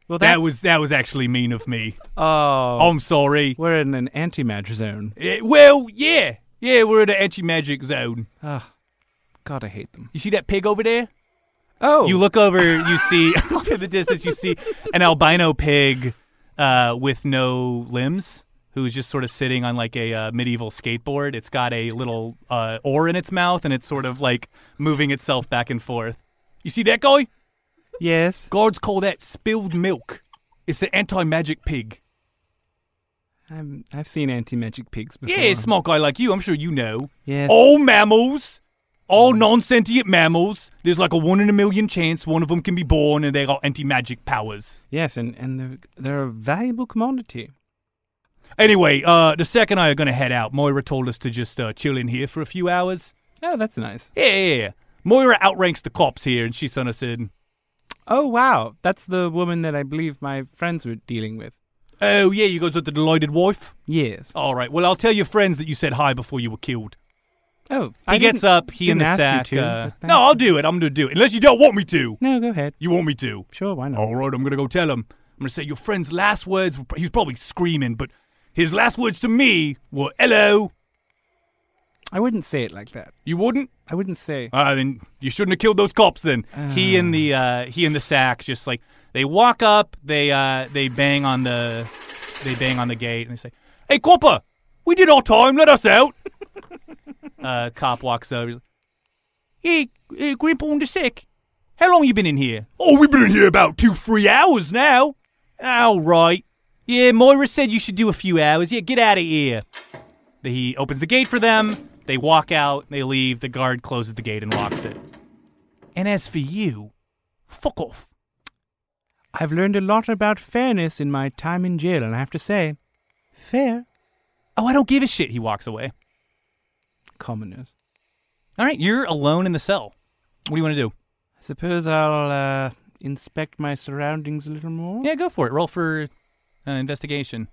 Well,
that
that's-
was that was actually mean of me.
Oh.
I'm sorry.
We're in an anti-magic zone.
Eh, well, yeah, yeah, we're in an anti-magic zone.
Ugh. Ah, God, I hate them.
You see that pig over there?
Oh.
You look over, you see off in the distance, you see an albino pig uh, with no limbs, who's just sort of sitting on like a uh, medieval skateboard. It's got a little uh, oar in its mouth, and it's sort of like moving itself back and forth. You see that guy?
Yes.
Guards call that spilled milk. It's an anti-magic pig.
I'm, I've seen anti-magic pigs before.
Yeah, small guy like you, I'm sure you know.
Yes.
All mammals, all non-sentient mammals. There's like a one in a million chance one of them can be born, and they got anti-magic powers.
Yes, and, and they're, they're a valuable commodity.
Anyway, uh, the second I are gonna head out. Moira told us to just uh, chill in here for a few hours.
Oh, that's nice.
Yeah, yeah, yeah. Moira outranks the cops here, and she sent us in.
Oh, wow. That's the woman that I believe my friends were dealing with.
Oh yeah, you guys are the delighted wife.
Yes.
All right. Well, I'll tell your friends that you said hi before you were killed.
Oh,
He
I
gets
didn't-
up. He and
didn't
the
ask
sack.
you to,
uh,
but
no, I'll do it. I'm gonna do it. Unless you don't want me to.
No, go ahead.
You want me to?
Sure, why not?
All right, I'm gonna go tell him. I'm gonna say your friend's last words. Were, he was probably screaming, but his last words to me were "Hello."
I wouldn't say it like that.
You wouldn't?
I wouldn't say.
Uh, then you shouldn't have killed those cops. Then he and the uh, he and the sack just like they walk up. They uh, they bang on the they bang on the gate and they say, "Hey, copper, we did our time. Let us out." uh, cop walks over. He's like, Hey, uh, Grandpa on the sick. How long you been in here? Oh, we've been in here about two, three hours now. All right. Yeah, Moira said you should do a few hours. Yeah, get out of here. He opens the gate for them. They walk out. They leave. The guard closes the gate and locks it. And as for you, fuck off.
I've learned a lot about fairness in my time in jail, and I have to say, fair
Oh, I don't give a shit. He walks away.
commoners.
All right, you're alone in the cell. What do you want to do?
I suppose I'll uh, inspect my surroundings a little more.
Yeah, go for it. Roll for uh, investigation.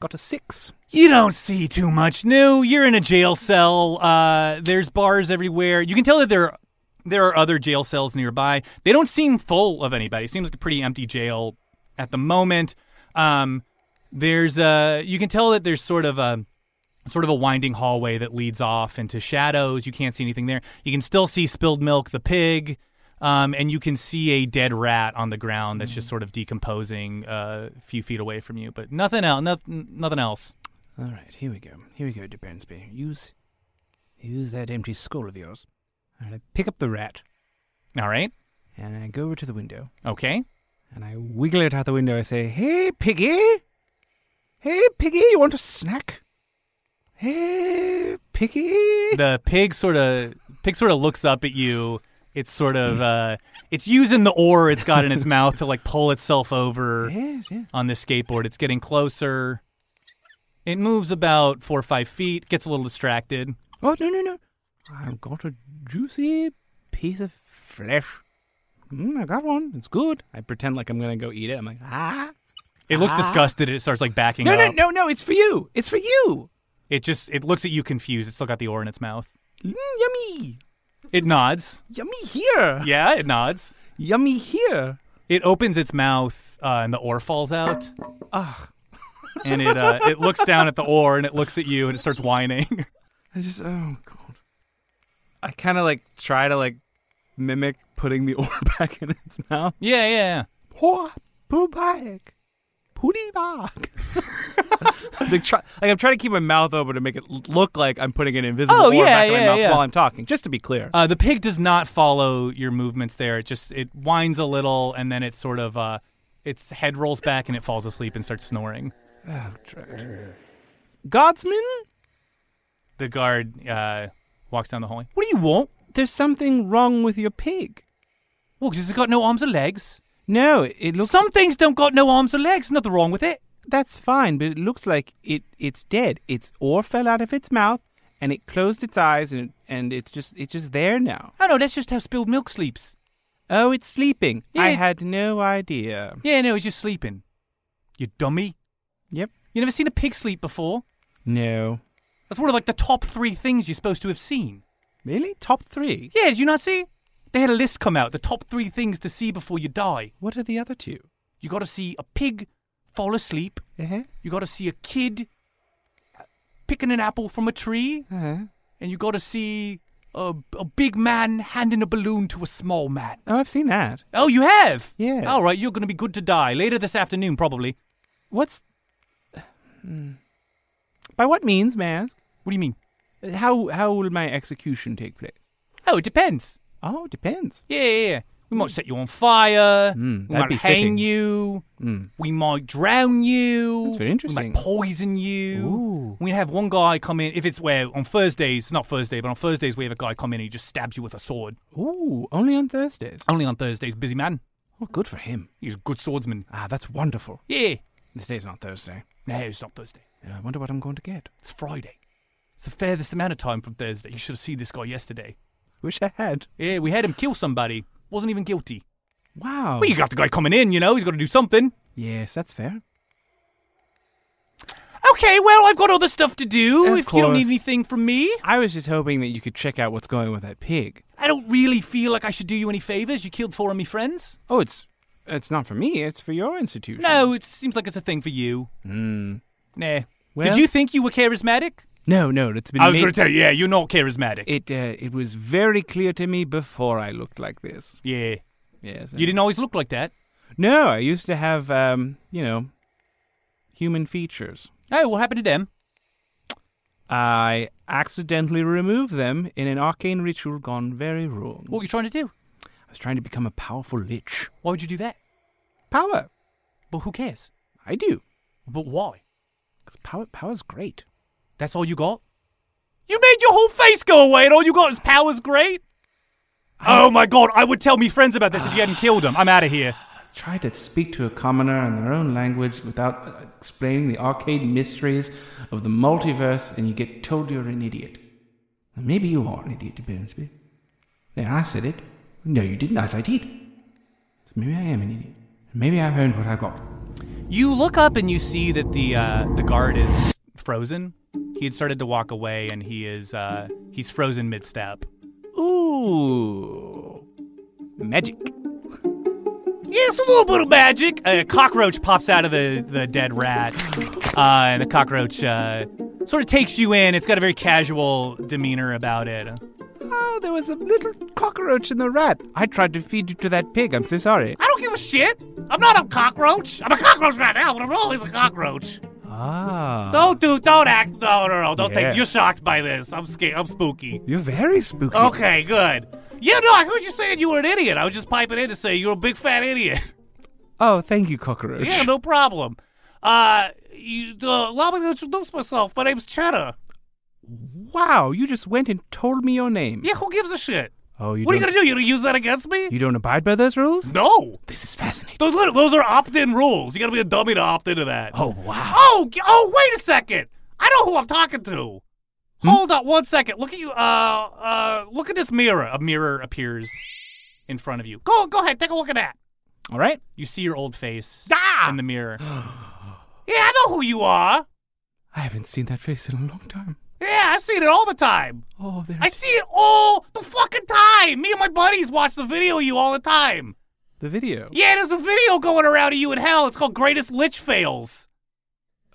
Got a six.
You don't see too much new. You're in a jail cell. Uh, there's bars everywhere. You can tell that there there are other jail cells nearby. They don't seem full of anybody. It seems like a pretty empty jail at the moment. Um, there's uh, you can tell that there's sort of a sort of a winding hallway that leads off into shadows. You can't see anything there. You can still see spilled milk, the pig, um, and you can see a dead rat on the ground that's just sort of decomposing uh, a few feet away from you. But nothing else. Nothing, nothing else.
All right, here we go. Here we go, De Bonesby. Use, use that empty skull of yours. All right, I pick up the rat,
All right.
and I go over to the window,
Okay.
and I wiggle it out the window. I say, "Hey, piggy! Hey, piggy! You want a snack? Hey, piggy!"
the pig sort of pig sort of looks up at you. It's sort of uh, it's using the oar it's got in its mouth to like pull itself over
Yes, yes.
on the skateboard. It's getting closer. It moves about four or five feet. Gets a little distracted.
Oh no, no, no! I've got a juicy piece of flesh. Mm, I got one. It's good. I pretend like I'm gonna go eat it. I'm like, ah.
It looks
Ah.
disgusted. It starts like backing
No,
up.
no, no, no! It's for you. It's for you.
It just it looks at you confused. It's still got the oar in its mouth.
Mm, yummy,
It nods.
yummy here.
Yeah, it nods.
Yummy here.
It opens its mouth uh, and the oar falls out.
Ah,
and it uh, it looks down at the oar and it looks at you and it starts whining.
I just oh god. I kind of like try to like mimic putting the oar back in its mouth.
Yeah, yeah.
Poor Pupak. Pudibak.
like, try, like I'm trying to keep my mouth open to make it l- look like I'm putting an invisible
Oh,
oar
yeah,
back in my
yeah,
mouth
yeah.
while I'm talking, just to be clear.
Uh, the pig does not follow your movements there. It just it whines a little and then it sort of uh, its head rolls back and it falls asleep and starts snoring.
Oh, drat.
Guardsman,
The guard uh, walks down the hallway.
what do you want? There's something wrong with your pig.
Well, because it's got no arms or legs.
No, it it looks.
Some things don't got no arms or legs. Nothing wrong with it.
That's fine, but it looks like it it's dead. Its oar fell out of its mouth, and it closed its eyes, and and it's just it's just there now.
Oh no, that's just how spilled milk sleeps.
Oh, it's sleeping. I
Yeah.
had no idea.
Yeah, no, it's just sleeping. You dummy.
Yep.
You never seen a pig sleep before.
No.
That's one of like the top three things you're supposed to have seen.
Really? Top three?
Yeah, did you not see? They had a list come out, the top three things to see before you die.
What are the other two?
You gotta see a pig fall asleep.
Uh-huh.
You gotta see a kid uh, picking an apple from a tree.
Uh-huh.
And you gotta see a, a big man handing a balloon to a small man.
Oh, I've seen that.
Oh, you have?
Yeah.
All right, you're gonna be good to die later this afternoon, probably.
What's by what means, Mask?
What do you mean?
How how will my execution take place?
Oh, it depends.
Oh, it depends. Hmm.
Yeah, yeah, yeah. We might set you on fire.
Mm,
we
that'd
might
be
hang
fitting.
you.
Mm.
We might drown you.
That's very
We
interesting.
might poison you.
Ooh.
We have one guy come in. If it's where on Thursdays, it's not Thursday, but on Thursdays we have a guy come in and he just stabs you with a sword.
Ooh, only on Thursdays.
Only on Thursdays, busy man.
Oh, good for him.
He's a good swordsman.
Ah, that's wonderful.
Yeah.
Today's not Thursday. Uh,
No, it's not Thursday.
I wonder what I'm going to get.
It's Friday. It's the furthest amount of time from Thursday. You should have seen this guy yesterday.
Wish I had.
Yeah, we had him kill somebody. Wasn't even guilty.
Wow.
Well, you got the guy coming in, you know. He's got to do something.
Yes, that's fair.
Okay, well, I've got other stuff to do.
Of
if you don't
course.
need anything from me,
I was just hoping that you could check out what's going on with that pig.
I don't really feel like I should do you any favors. You killed four of me friends.
Oh, it's it's not for me. It's for your institution.
No, it seems like it's a thing for you.
Hmm.
Nah.
Well-
Did you think you were charismatic?
No, no. It's been.
I was
made-
going to tell you, yeah, you're not charismatic.
It uh, it was very clear to me before I looked like this.
yeah.
Yes.
You didn't always look like that.
No, I used to have um, you know, human features.
Oh, what happened to them?
I accidentally removed them in an arcane ritual gone very wrong.
What were you trying to do?
I was trying to become a powerful lich.
Why would you do that?
Power.
But who cares?
I do.
But why?
Because power, power's great.
That's all you got? You made your whole face go away and all you got is power's great? Oh my god, I would tell me friends about this if you hadn't killed them. I'm out of here.
Try to speak to a commoner in their own language without uh, explaining the arcade mysteries of the multiverse, and you get told you're an idiot. And maybe you are an idiot, Bensby. There, I said it. No, you didn't. I said I did. So maybe I am an idiot. Maybe I've earned what I got.
You look up and you see that the uh, the guard is frozen. He had started to walk away, and he is uh, he's frozen mid step.
Ooh. Magic.
Yes, a little bit of magic. A cockroach pops out of the the dead rat, uh, and the cockroach uh, sort of takes you in. It's got a very casual demeanor about it.
Oh, there was a little cockroach in the rat. I tried to feed you to that pig. I'm so sorry.
I don't give a shit. I'm not a cockroach. I'm a cockroach right now, but I'm always a cockroach.
Ah.
Don't do, don't act. No, no, no. Don't
Yeah.
think you're shocked by this. I'm scared. I'm spooky.
You're very spooky.
Okay, good. Yeah, no, I heard you saying you were an idiot. I was just piping in to say you're a big fat idiot.
Oh, thank you, cockroach.
yeah, no problem. Uh, you, uh, allow me to introduce myself. My name's Cheddar.
Wow, you just went and told me your name.
Yeah, who gives a shit?
Oh, you
what are you
don't,
gonna do? You gonna use that against me?
you don't abide by those rules?
no.
This is fascinating.
Those, lit- those are opt-in rules. You gotta be a dummy to opt into that.
Oh, wow.
Oh, g- oh, wait a second. I know who I'm talking to. Hold on one second. Look at you. Uh, uh, look at this mirror. A mirror appears in front of you. Go, go ahead. Take a look at that.
All right.
You see your old face
Ah!
in the mirror. yeah, I know who you are.
I haven't seen that face in a long time.
Yeah, I see it all the time.
Oh, there
I
it-
see it all the fucking time. Me and my buddies watch the video of you all the time.
the video.
Yeah, there's a video going around of you in hell. It's called Greatest Lich Fails.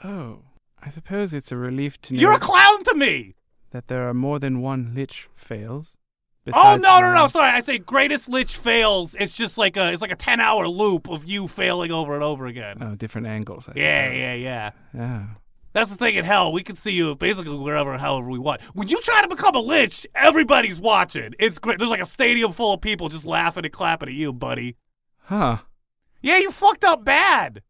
Oh, I suppose it's a relief to know.
You're a clown to me!
That there are more than one lich fails.
Oh
besides
no no
mine.
no! Sorry, I say greatest lich fails. It's just like a it's like a ten hour loop of you failing over and over again.
Oh, different angles. I
yeah
suppose. Oh.
yeah yeah.
Yeah.
That's the thing in hell. We can see you basically wherever and however we want. When you try to become a lich, everybody's watching. It's great. There's like a stadium full of people just laughing and clapping at you, buddy.
Huh.
Yeah, you fucked up bad.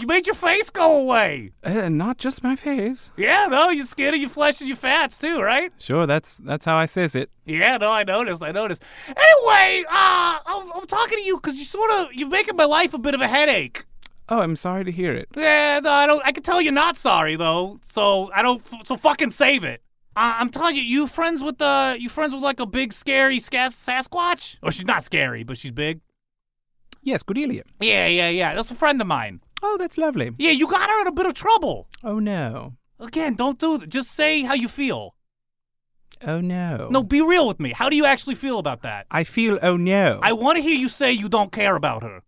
You made your face go away.
Uh, not just my face.
Yeah, no, your skin and your flesh and your fats too, right?
Sure, that's that's how I says it.
Yeah, no, I noticed. I noticed. Anyway, uh, I'm, I'm talking to you because you sort of you're making my life a bit of a headache.
Oh, I'm sorry to hear it.
Yeah, no, I don't. I can tell you're not sorry though, so I don't. So fucking save it. Uh, I'm telling you, you friends with uh, you friends with like a big scary scas- Sasquatch? Or Oh, she's not scary, but she's big.
Yes, Cordelia.
Yeah, yeah, yeah. That's a friend of mine.
Oh, that's lovely.
Yeah, you got her in a bit of trouble.
Oh no.
Again, don't do that. Just say how you feel.
Oh no.
No, be real with me. How do you actually feel about that?
I feel oh no.
I want to hear you say you don't care about her.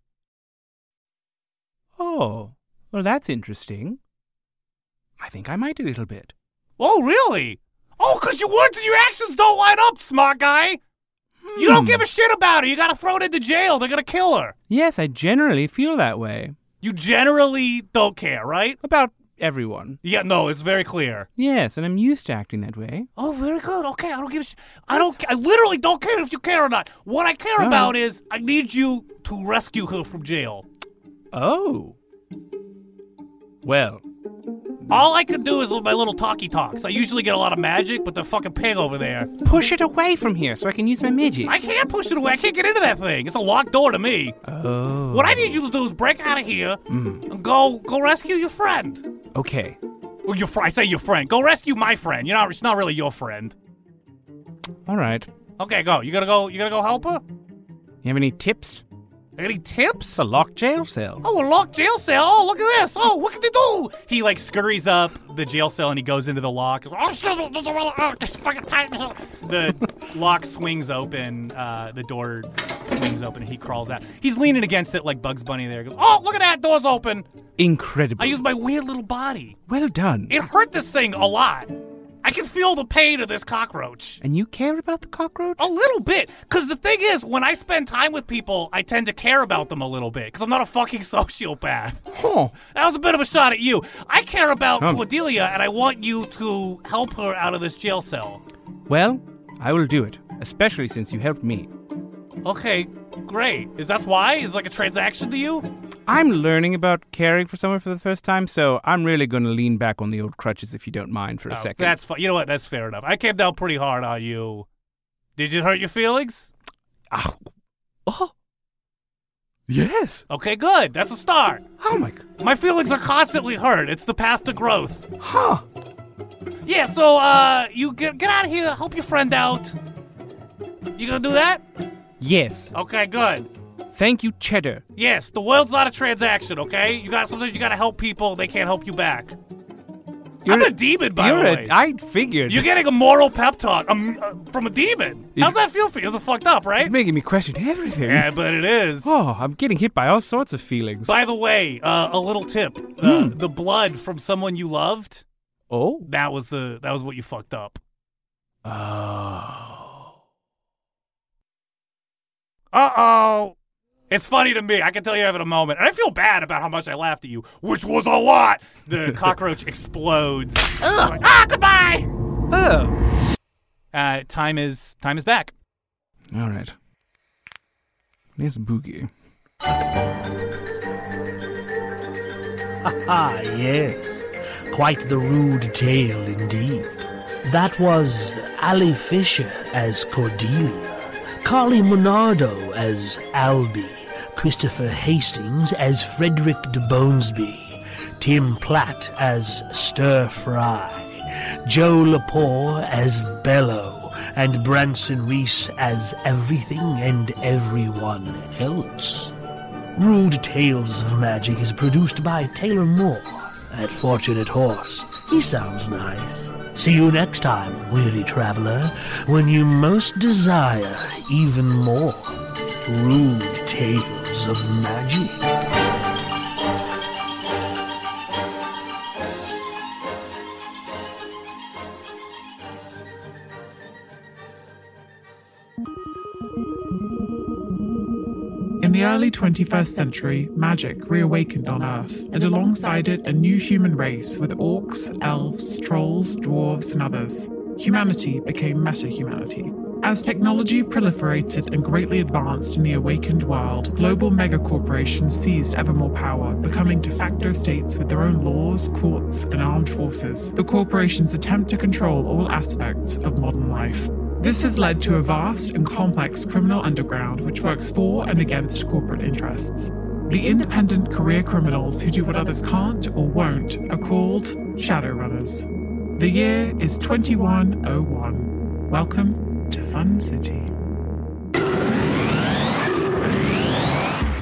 Oh, well, that's interesting. I think I might a little bit.
Oh, really? Oh, 'cause your words and your actions don't line up, smart guy. You don't give a shit about her. You got to throw it into jail. They're going to kill her.
Yes, I generally feel that way.
You generally don't care, right?
About everyone.
Yeah, no, it's very clear.
Yes, and I'm used to acting that way.
Oh, very good. Okay, I don't give a shit. I don't. ca- I literally don't care if you care or not. What I care
No.
about is I need you to rescue her from jail.
Oh. Well,
All I could do is with my little talkie talks. I usually get a lot of magic, but the fucking pig over there.
push it away from here so I can use my magic.
I can't push it away. I can't get into that thing. It's a locked door to me.
Uh.
Oh.
What I need you to do is break out of here
Mm.
and go go rescue your friend.
Okay.
Well, your fr- I say your friend. Go rescue my friend. You're not. It's not really your friend.
All right.
Okay, go. You gonna go. You gonna go help her.
You have any tips?
Any tips?
A locked jail cell.
Oh, a locked jail cell. Oh, look at this. Oh, what can they do? He like scurries up the jail cell and he goes into the lock. He's like, Oh, shit, oh, oh, oh, it's fucking tight. in here." The lock swings open. Uh, the door swings open and he crawls out. He's leaning against it like Bugs Bunny. There He goes. Oh, look at that. Door's open.
Incredible.
I use my weird little body.
Well done.
It hurt this thing a lot. I can feel the pain of this cockroach.
And you care about the cockroach?
A little bit. Because the thing is, when I spend time with people, I tend to care about them a little bit. Because I'm not a fucking sociopath.
Huh.
That was a bit of a shot at you. I care about
Um.
Cordelia, and I want you to help her out of this jail cell.
Well, I will do it, especially since you helped me.
Okay, great. Is that why? Is it like a transaction to you?
I'm learning about caring for someone for the first time, so I'm really going to lean back on the old crutches if you don't mind for a
Oh,
second.
That's fine. You know what? That's fair enough. I came down pretty hard on you. Did it hurt your feelings?
Oh. Yes.
Okay, good. That's a start.
Oh my.
My feelings are constantly hurt. It's the path to growth.
Huh.
Yeah. So, uh, you get get out of here. Help your friend out. You gonna do that?
Yes.
Okay, good.
Thank you, Cheddar.
Yes, the world's not a transaction. Okay, you got sometimes you gotta help people. They can't help you back.
You're
I'm a demon, by
you're
the
a-
way.
I figured.
You're getting a moral pep talk um, uh, from a demon.
You-
How's that feel for you? Is it fucked up,
It's
right?
making me question everything.
Yeah, but it is.
Oh, I'm getting hit by all sorts of feelings.
By the way, uh, a little tip: uh, the blood from someone you loved.
Hmm. Oh.
That was the that was what you fucked up.
Oh.
Uh oh. It's funny to me. I can tell you're having a moment, and I feel bad about how much I laughed at you, which was a lot. The cockroach explodes. Like, ah, goodbye.
Oh.
Uh, time is time is back.
All right. There's Boogie.
Ah, yes. Quite the rude tale indeed. That was Ally Fisher as Cordelia, Carly Monardo as Albie, Christopher Hastings as Frederick de Bonesby, Tim Platt as Stir Fry, Joe Lepore as Bellow, and Branson Reese as everything and everyone else. Rude Tales of Magic is produced by Taylor Moore at Fortunate Horse. He sounds nice. See you next time, weary traveler, when you most desire even more rude tales of magic.
the early 21st century, magic reawakened on Earth, and alongside it, a new human race with orcs, elves, trolls, dwarves, and others. Humanity became meta humanity. As technology proliferated and greatly advanced in the awakened world, global megacorporations seized ever more power, becoming de facto states with their own laws, courts, and armed forces. The corporations attempt to control all aspects of modern life. This has led to a vast and complex criminal underground which works for and against corporate interests. The independent career criminals who do what others can't or won't are called Shadowrunners. The year is 2101. Welcome to Fun City.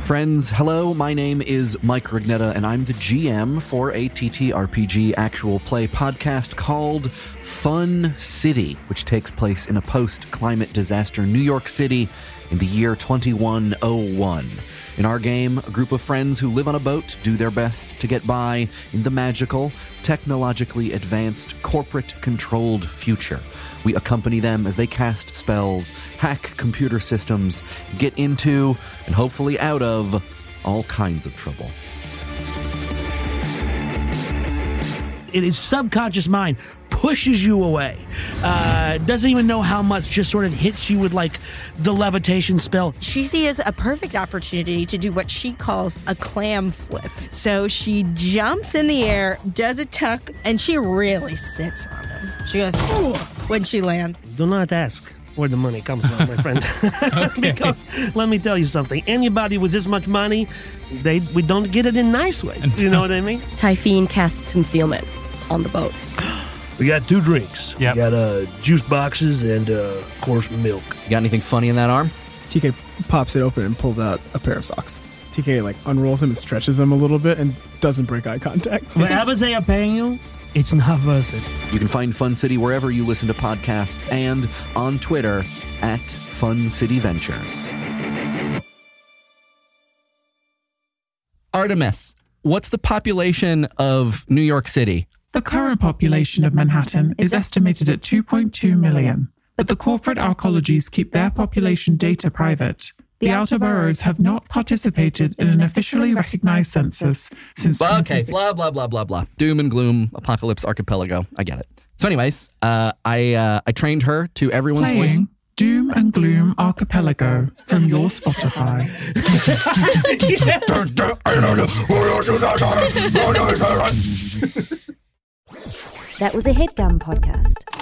Friends, hello, my name is Mike Rignetta, and I'm the GM for a TTRPG actual play podcast called Fun City, which takes place in a post climate disaster New York City in the year 2101. In our game, a group of friends who live on a boat do their best to get by in the magical, technologically advanced, corporate controlled future. We accompany them as they cast spells, hack computer systems, get into, and hopefully out of, all kinds of trouble.
it, his subconscious mind pushes you away. Uh, doesn't even know how much, just sort of hits you with like the levitation spell.
She sees a perfect opportunity to do what she calls a clam flip. So she jumps in the air, does a tuck, and she really sits on him. She goes, ooh, when she lands.
Do not ask where the money comes from, my friend. because let me tell you something anybody with this much money, they we don't get it in nice ways. You know what I mean?
Typhine casts concealment on the boat.
We got two drinks. Yeah. We got uh, juice boxes and, uh, of course, milk.
You got anything funny in that arm?
TK pops it open and pulls out a pair of socks. TK like unrolls them and stretches them a little bit and doesn't break eye contact.
Whatever they are paying you, it's not worth it.
You can find Fun City wherever you listen to podcasts and on Twitter at Fun City Ventures.
Artemis, what's the population of New York City?
The current population of Manhattan is estimated at 2.2 million,
but the corporate arcologies keep their population data private. The outer boroughs have not participated in an officially recognized census since.
Blah, okay,
2016.
blah blah blah blah blah. Doom and gloom, apocalypse archipelago. I get it. So, anyways, uh, I uh, I trained her to everyone's voice.
Playing Doom and Gloom Archipelago from your Spotify.
That was a headgum podcast.